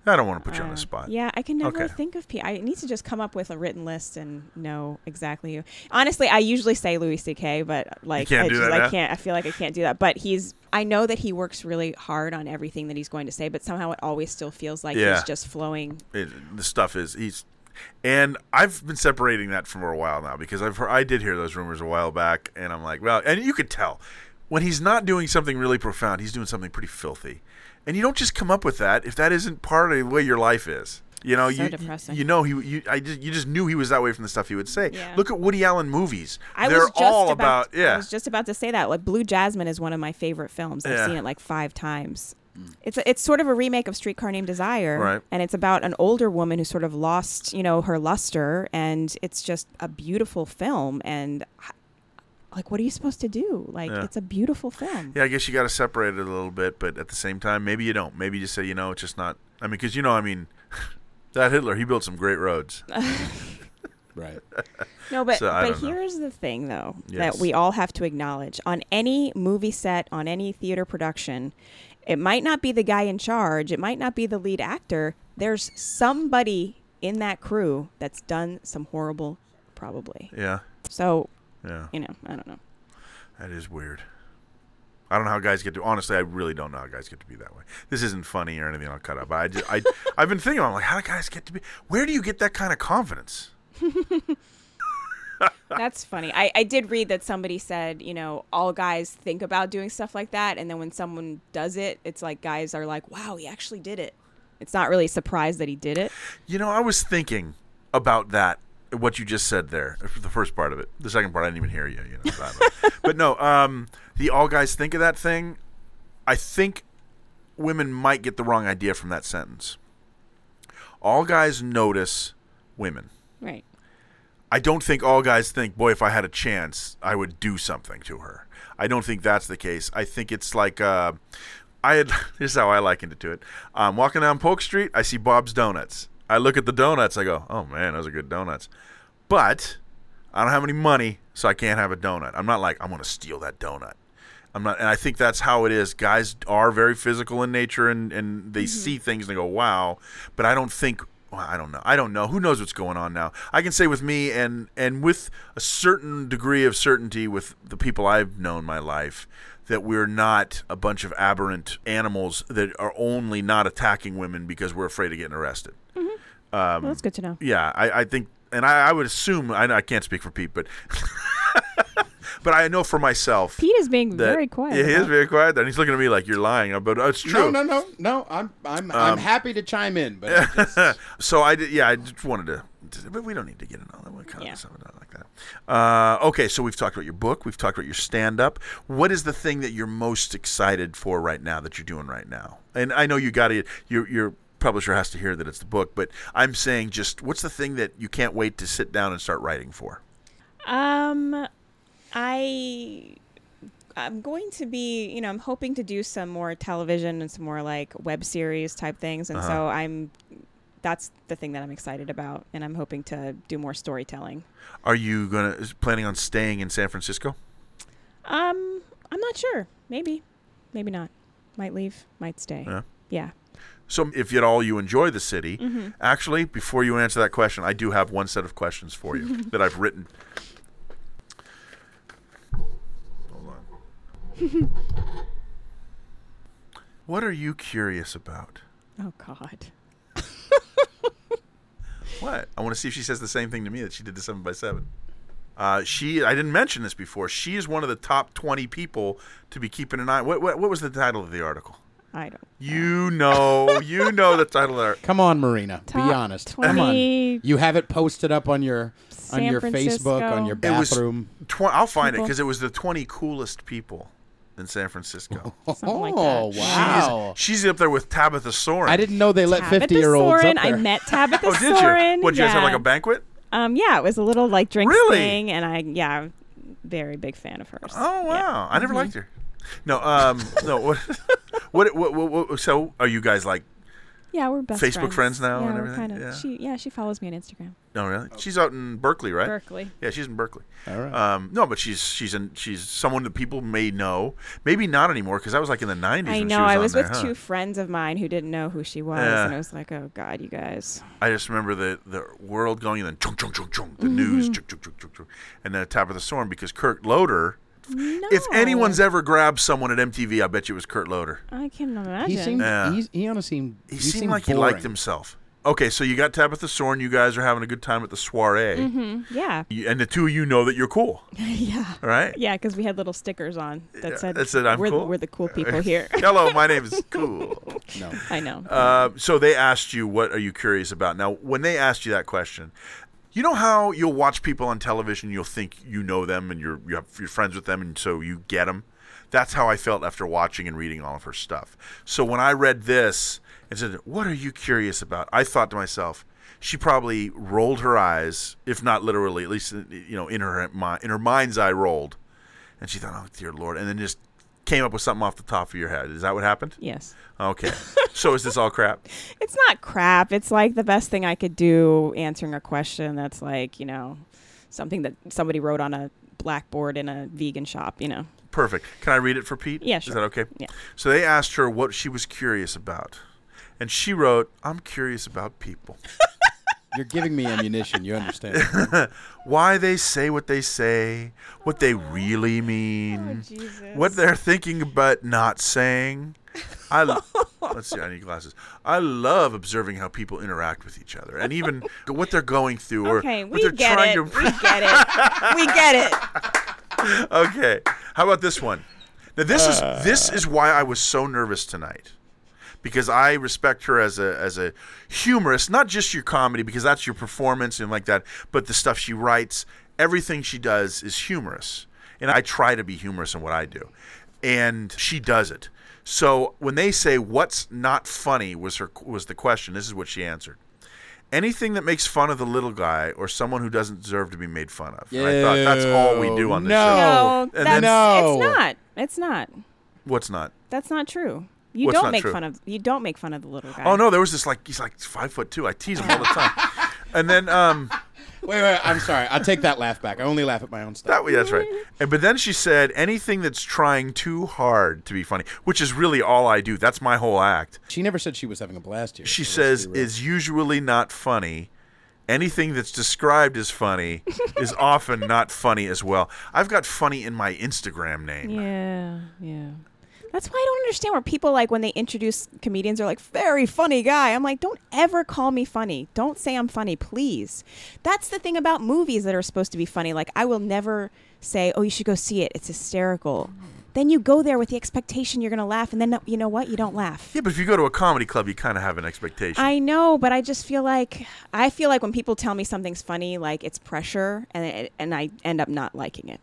I don't want to put you on uh, the spot. Yeah, I can never Okay. think of people. I need to just come up with a written list and know exactly who. Honestly, I usually say Louis C.K., but like can't I, do just, that now? I can't. I feel like I can't do that. But he's. I know that he works really hard on everything that he's going to say, but somehow it always still feels like Yeah. he's just flowing It, the stuff is he's, and I've been separating that from for a while now because I've heard, I did hear those rumors a while back, and I'm like, well, and you could tell when he's not doing something really profound, he's doing something pretty filthy, and you don't just come up with that if that isn't part of the way your life is. You know, So you depressing. you know he you I just you just knew he was that way from the stuff he would say. Yeah. Look at Woody Allen movies; I they're was just all about, about, yeah. I was just about to say that. Like Blue Jasmine is one of my favorite films. I've Yeah. seen it like five times. It's a, it's sort of a remake of Streetcar Named Desire, Right. and it's about an older woman who sort of lost you know her luster, and it's just a beautiful film. And I- like, what are you supposed to do? Like, Yeah. it's a beautiful film. Yeah, I guess you got to separate it a little bit, but at the same time, maybe you don't. Maybe you just say, you know, it's just not. I mean, because you know, I mean, that Hitler, he built some great roads. right. No, but So I but don't know. here's the thing though Yes. that we all have to acknowledge on any movie set, on any theater production, it might not be the guy in charge, it might not be the lead actor. There's somebody in that crew that's done some horrible probably. Yeah, So, yeah, you know, I don't know. that is weird. I don't know how guys get to. Honestly, I really don't know how guys get to be that way. This isn't funny or anything. I'll cut up. But I, just, I, I've been thinking. I'm like, how do guys get to be? Where do you get that kind of confidence? That's funny. I, I did read that somebody said, you know, all guys think about doing stuff like that and then when someone does it, it's like guys are like, Wow, he actually did it. It's not really surprised that he did it. You know, I was thinking about that, what you just said there, the first part of it. The second part, I didn't even hear you. you know, so I don't know. but no, um, the all guys think of that thing. I think women might get the wrong idea from that sentence. All guys notice women. Right. I don't think all guys think, boy, if I had a chance, I would do something to her. I don't think that's the case. I think it's like, uh, I had, this is how I likened it to it. I'm walking down Polk Street, I see Bob's Donuts. I look at the donuts, I go, oh man, those are good donuts. But I don't have any money, so I can't have a donut. I'm not like, I'm going to steal that donut. I'm not, and I think that's how it is. Guys are very physical in nature, and and they see things and they go, "Wow!" But I don't think, well, I don't know, I don't know. Who knows what's going on now? I can say with me, and and with a certain degree of certainty, with the people I've known my life, that we're not a bunch of aberrant animals that are only not attacking women because we're afraid of getting arrested. Um, well, that's good to know. Yeah, I, I think, and I, I would assume, I, I can't speak for Pete, but. But I know for myself. Pete is being that- very quiet. Yeah, he about is very quiet. And he's looking at me like you're lying, but uh, it's No, true. Um, no, no, no. I'm, I'm, I'm happy to chime in, but I just- so I did. Yeah, I just wanted to. But we don't need to get into all that kind Yeah. of stuff not like that. Uh, okay, so we've talked about your book. We've talked about your stand-up. What is the thing that you're most excited for right now that you're doing right now? And I know you got to your your publisher has to hear that it's the book, but I'm saying just what's the thing that you can't wait to sit down and start writing for? Um, I I'm going to be, you know, I'm hoping to do some more television and some more like web series type things, and so Uh-huh. I'm that's the thing that I'm excited about, and I'm hoping to do more storytelling. Are you gonna is planning on staying in San Francisco? Um, I'm not sure. Maybe, maybe not. Might leave. Might stay. Yeah. yeah. So, if at all you enjoy the city, actually, before you answer that question, I do have one set of questions for you that I've written. Hold on. what are you curious about? Oh God. What? I want to see if she says the same thing to me that she did to seven by seven. Uh, she, I didn't mention this before. She is one of the top twenty people to be keeping an eye. What, what, what was the title of the article? I don't. You know, you know the title of the come on, Marina. Top be honest. Come on. 20. You have it posted up on your on San your Facebook, on Francisco. your It was- bathroom. Tw- I'll find it People. because it was the 20 coolest people in San Francisco. Something like oh that. wow! She's up there with Tabitha Soren. I didn't know they let Tabitha fifty-year-olds up Soren. there. I met Tabitha Oh, did Soren. you? What, you yeah. guys have like a banquet? Um, yeah, it was a little like drinks Really? thing, and I yeah, I'm very big fan of hers. Oh wow! Yeah. Mm-hmm. I never liked her. No, um, no. What, what, what, what, what? So, are you guys like? Yeah, we're best Facebook friends, friends now yeah, and we're everything? Kind of, Yeah. She yeah, she follows me on Instagram. No, really. She's out in Berkeley, right? Berkeley. Yeah, she's in Berkeley. Oh. All right. Um, no, but she's she's in, she's someone that people may know. Maybe not anymore because that was like in the nineties. I when know. She was I on was there, with huh? two friends of mine who didn't know who she was, Yeah. and I was like, oh god, you guys. I just remember the the world going and then chung chung chung chung the news chung chung chung chung chung and the top of the storm because Kurt Loder. If No. anyone's ever grabbed someone at MTV, I bet you it was Kurt Loder. I can imagine. He seemed. Yeah. he's- He honestly seemed. He, seemed, like he liked boring. himself. Okay, so you got Tabitha Soren. You guys are having a good time at the soiree, yeah, You- and the two of you know that you're cool, yeah, all right? yeah, because we had little stickers on that said, that said, "I'm we're, the- cool." we're the cool people here. Hello, my name is Cool. No. I know. Uh, so they asked you, what are you curious about? Now, when they asked you that question, you know how you'll watch people on television, you'll think you know them and you're, you have, you're friends with them, and so you get them. That's how I felt after watching and reading all of her stuff. So when I read this and said, What are you curious about? I thought to myself, she probably rolled her eyes, if not literally, at least you know in her mi- in her mind's eye rolled, and she thought, "Oh dear lord," and then just came up with something off the top of your head. Is that what happened? yes. Okay. so is this all crap? It's not crap. It's like the best thing I could do answering a question that's like, you know, something that somebody wrote on a blackboard in a vegan shop, you know. Perfect. Can I read it for Pete? Yeah, Is sure. that okay? Yeah. So they asked her what she was curious about. And she wrote, I'm curious about people. You're giving me ammunition. You understand? Why they say what they say, what they really mean, Oh, Jesus. what they're thinking but not saying. I lo- let's see. I need glasses. I love observing how people interact with each other, and even what they're going through, or Okay, what we they're get trying it. to. We get it. We get it. okay. How about this one? Now this is this is why I was so nervous tonight. Because I respect her as a as a humorist, not just your comedy, because that's your performance and like that, but the stuff she writes, everything she does is humorous. And I try to be humorous in what I do. And she does it. So when they say what's not funny was her was the question, this is what she answered. Anything that makes fun of the little guy or someone who doesn't deserve to be made fun of. And I thought that's all we do on this No. show. No, Oh, and that's, then- No. it's not. It's not. What's not? That's not true. You What's not don't make true? fun of you don't make fun of the little guy. Oh no, there was this like he's like five foot two. I tease him all the time, and then um wait, wait. I'm sorry. I'll take that laugh back. I only laugh at my own stuff. that that's right. And but then she said anything that's trying too hard to be funny, which is really all I do. That's my whole act. She never said she was having a blast here. She Let's says be real. is usually not funny. Anything that's described as funny is often not funny as well. I've got funny in my Instagram name. Yeah, yeah. That's why I don't understand where people like when they introduce comedians are like very funny guy. I'm like, don't ever call me funny. Don't say I'm funny, please. That's the thing about movies that are supposed to be funny. Like I will never say, oh, you should go see it. It's hysterical. Then you go there with the expectation you're going to laugh, and then you know what? You don't laugh. Yeah, but if you go to a comedy club, you kind of have an expectation. I know, but I just feel like I feel like when people tell me something's funny, like it's pressure, and it, and I end up not liking it.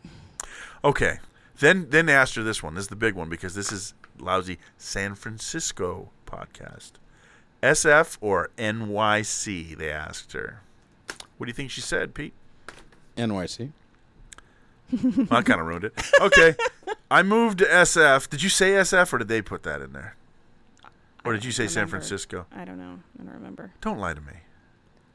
Okay. Then then they asked her this one. This is the big one because this is lousy San Francisco podcast. SF or NYC, they asked her. What do you think she said, Pete? NYC. I kind of ruined it. Okay. I moved to SF. Did you say SF or did they put that in there? Or did you say San remember. Francisco? I don't know. I don't remember. Don't lie to me.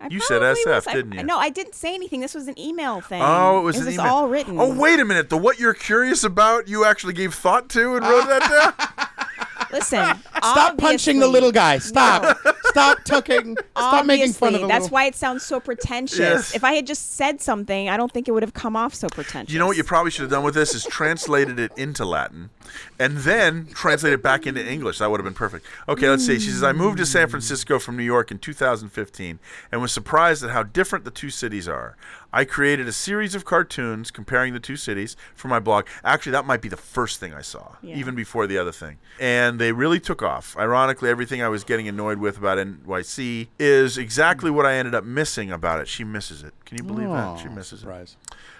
I You said probably SF, was. I- didn't you? No, I didn't say anything. This was an email thing. Oh, it was this an is email. all written. Oh, wait a minute. The what you're curious about, you actually gave thought to and wrote that down? Listen. Stop punching the little guy. Stop. Stop tucking. Stop making fun of the That's little- why it sounds so pretentious. Yes. If I had just said something, I don't think it would have come off so pretentious. You know what you probably should have done with this is translated it into Latin and then translated it back into English. That would have been perfect. Okay, let's see. She says, I moved to San Francisco from New York in 2015 and was surprised at how different the two cities are. I created a series of cartoons comparing the two cities for my blog. Actually, that might be the first thing I saw, Yeah. even before the other thing. And they really took off. Ironically, everything I was getting annoyed with about NYC is exactly what I ended up missing about it. She misses it. Can you believe that? She misses it. Surprise.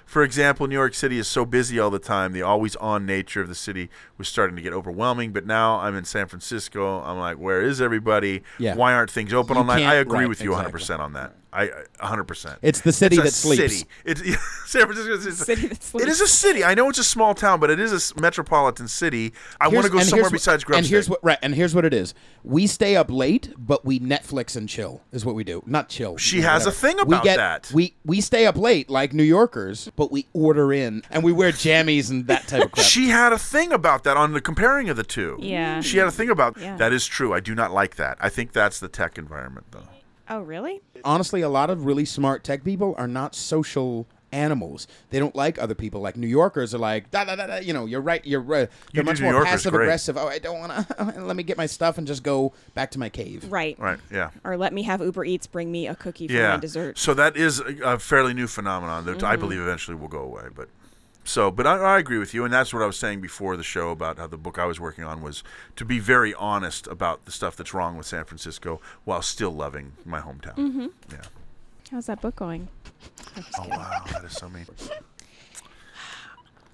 For example, New York City is so busy all the time, the always on nature of the city was starting to get overwhelming. But now I'm in San Francisco. I'm like, where is everybody? Yeah. Why aren't things open You all night? I can't- agree right, with you exactly. 100% on that. I I- 100%. It's the city It's a that sleeps. City. It's, San Francisco is a- City that It is sleeps. a city. I know it's a small town, but it is a s- metropolitan city. I want Here's- to go and somewhere here's wh- besides Grubstake. And here's what right, and here's what it is. We stay up late, but we Netflix and chill is what we do. Not chill. She you know, has a whatever. thing we about get, that. We we stay up late like New Yorkers, but we order in and we wear jammies and that type of crap. She had a thing about that on the comparing of the two. Yeah. She had a thing about Yeah. that is true. I do not like that. I think that's the tech environment though. Oh, really? honestly, a lot of really smart tech people are not social animals. They don't like other people. Like New Yorkers are like, da da da da. You know, you're right. You're right. They're do much New more Yorkers passive great. aggressive. Oh, I don't want to. Let me get my stuff and just go back to my cave. Right. Right. Yeah. Or let me have Uber Eats bring me a cookie for my dessert. Mm-hmm. So that is a, a fairly new phenomenon that I believe eventually will go away. But so, but I, I agree with you, and that's what I was saying before the show about how the book I was working on was to be very honest about the stuff that's wrong with San Francisco while still loving my hometown. Mm-hmm. Yeah. How's that book going? Oh wow, that is so mean.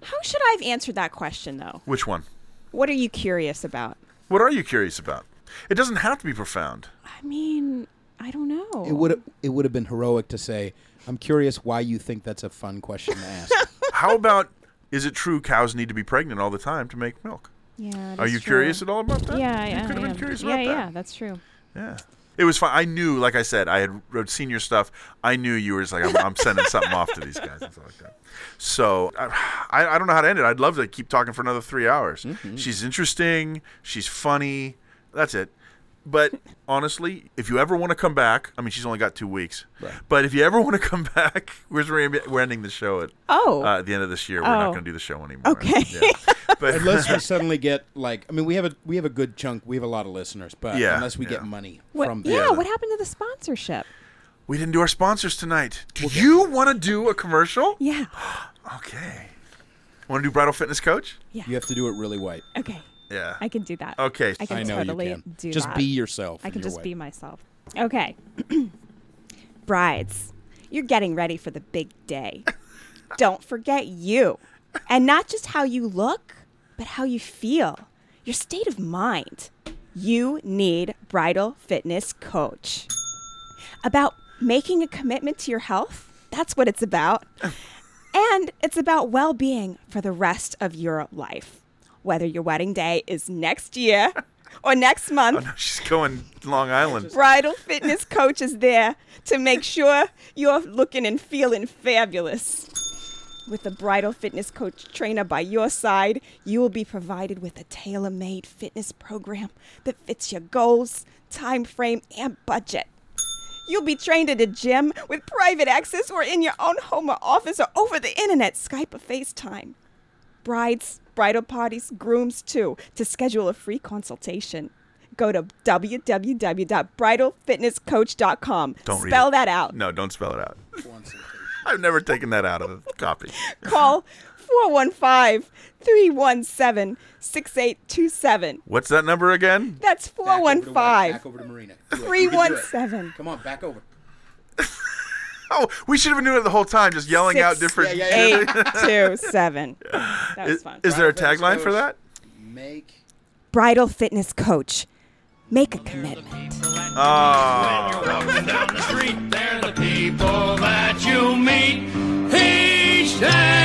How should I have answered that question, though? Which one? What are you curious about? What are you curious about? It doesn't have to be profound. I mean, I don't know. It would it would have been heroic to say, "I'm curious why you think that's a fun question to ask." How about is it true cows need to be pregnant all the time to make milk? Yeah. Are you curious at all about that? Yeah, You yeah. could have I been am. curious yeah, about that. yeah, that's true. Yeah. It was fun. I knew, like I said, I had wrote senior stuff. I knew you were just like, I'm, I'm sending something off to these guys and stuff like that. So I, I don't know how to end it. I'd love to keep talking for another three hours. Mm-hmm. She's interesting. She's funny. That's it. But honestly, if you ever want to come back, I mean, she's only got two weeks. But if you ever want to come back, we're, we're ending the show at Oh. uh, at the end of this year. We're not Oh. going to do the show anymore. Okay. Yeah. But unless we suddenly get like, I mean, we have a we have a good chunk. We have a lot of listeners, but Yeah, unless we yeah. get money What, from yeah, Yeah. what happened to the sponsorship? we didn't do our sponsors tonight. Do you want to do a commercial? Yeah. Okay. Want to do bridal fitness coach? you have to do it really white. Okay. Yeah. I can do that. Okay. I can I know totally you can. do just that. be yourself. I and can you're just white. be myself. Okay. Brides, you're getting ready for the big day. Don't forget you. And not just how you look, but how you feel, your state of mind. You need bridal fitness coach. About making a commitment to your health. That's what it's about. And it's about well being for the rest of your life. Whether your wedding day is next year or next month, She's going Long Island. bridal fitness coach is there to make sure you're looking and feeling fabulous. With a bridal fitness coach trainer by your side, you will be provided with a tailor made fitness program that fits your goals, time frame, and budget. You'll be trained at a gym with private access or in your own home or office or over the internet, Skype or FaceTime brides, bridal parties, grooms too. To schedule a free consultation, go to www.bridalfitnesscoach.com. Don't read Spell it. that out. No, don't spell it out. I've never taken that out of the copy. Call 415-317-6827. What's that number again? That's Back over to white, Back 415 over to Marina. 317. Come on, back over. Oh, we should have been doing it the whole time, just yelling out different. yeah, yeah, yeah. 827. That was Is, fun. is there a Bridal fitness tagline for coach. that? Make Bridal fitness coach. Make a commitment. Oh, Walking down the street, they're the people that you meet each day.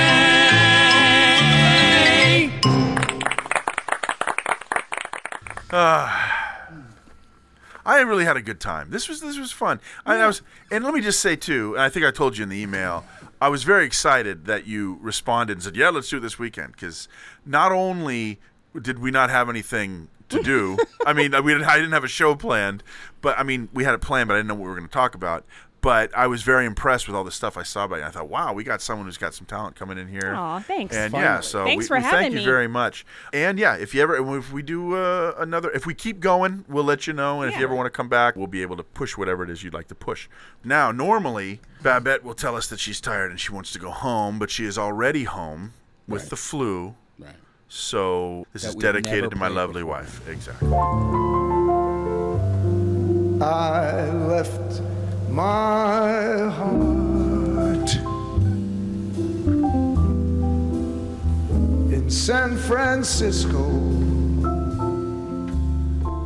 I really had a good time. This was this was fun. And I was, and let me just say too, and I think I told you in the email, I was very excited that you responded and said, "Yeah, let's do it this weekend." Because not only did we not have anything to do, I mean, we didn't, I didn't have a show planned, but I mean, we had a plan, but I didn't know what we were going to talk about. But I was very impressed with all the stuff I saw by you. I thought, wow, we got someone who's got some talent coming in here. Aw, thanks. And yeah, Finally. so Thanks we, for we having thank you me. very much. And yeah, if you ever, if we do uh, another, if we keep going, we'll let you know. And if you Yeah. ever want to come back, we'll be able to push whatever it is you'd like to push. Now, normally, Babette will tell us that she's tired and she wants to go home, but she is already home with the flu. Right. So this That is we've never dedicated to my played lovely before. wife. Exactly. I left my heart in San Francisco.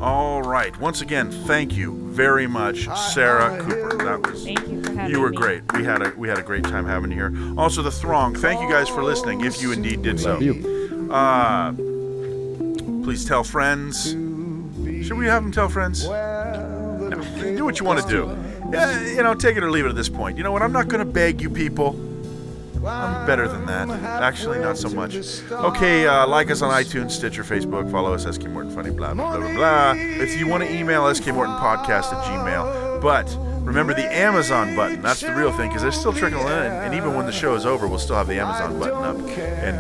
All right. Once again, thank you very much, Sarah Cooper. That was Thank you for having you were me. great. We had a we had a great time having you here. Also, the throng. Thank you guys for listening. If you indeed did so, Uh, please tell friends. Should we have them tell friends? No. Do what you want to do. Yeah, you know, take it or leave it at this point. You know what? I'm not going to beg you people. I'm better than that. Actually, not so much. Okay, uh, like us on iTunes, Stitcher, Facebook. Follow us, SK Morton Funny, blah, blah, blah, blah, blah. If you want to email SK Morton Podcast at Gmail. But remember the Amazon button. That's the real thing, because they're still trickling in. And even when the show is over, we'll still have the Amazon button up. And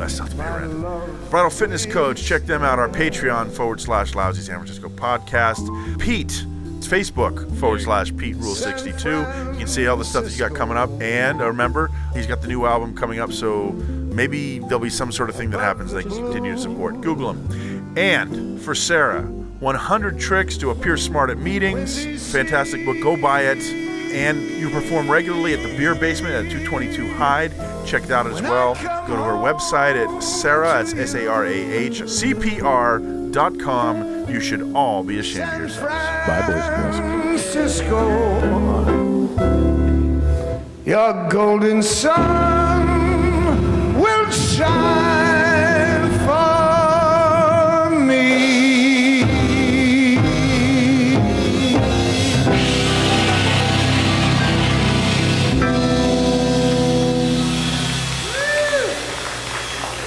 that's not to be random. Bridal Fitness Coach, check them out. Our Patreon forward slash Lousy San Francisco Podcast. Pete. It's Facebook forward slash Pete Rule 62. You can see all the stuff that you got coming up. And uh, remember, he's got the new album coming up, so maybe there'll be some sort of thing that happens they can continue to support. Google him. And for Sarah, 100 Tricks to Appear Smart at Meetings. Fantastic book. Go buy it. And you perform regularly at the Beer Basement at 222 Hyde. Check it out as well. Go to her website at Sarah, that's S A R A H, C P E R dot com. You should all be ashamed of yourselves. Bye, boys and girls. Francisco. Your golden sun will shine for me.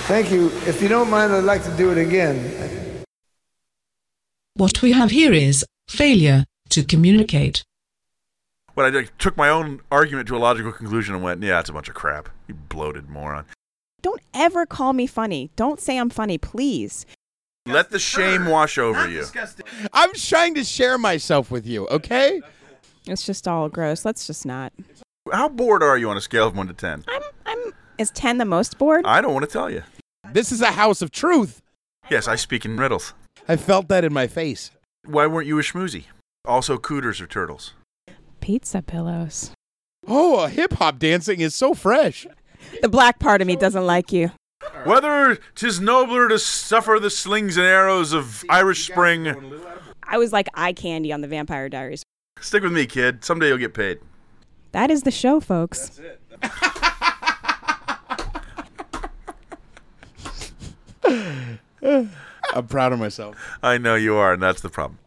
Thank you. If you don't mind, I'd like to do it again. What we have here is failure to communicate. But I did- took my own argument to a logical conclusion and went, yeah, it's a bunch of crap. You bloated moron. Don't ever call me funny. Don't say I'm funny, please. Let the shame wash over you. I'm trying to share myself with you, okay? It's just all gross. Let's just not. How bored are you on a scale of 1 to 10? I'm I'm is 10 the most bored? I don't want to tell you. This is a house of truth. Yes, I speak in riddles. I felt that in my face. Why weren't you a schmoozy? Also, cooters are turtles. Pizza pillows. Oh, hip hop dancing is so fresh. The black part of me doesn't like you. Whether 'tis nobler to suffer the slings and arrows of Irish Spring. I was like eye candy on the Vampire Diaries. Stick with me, kid. Someday you'll get paid. That is the show, folks. I'm proud of myself. I know you are, and that's the problem.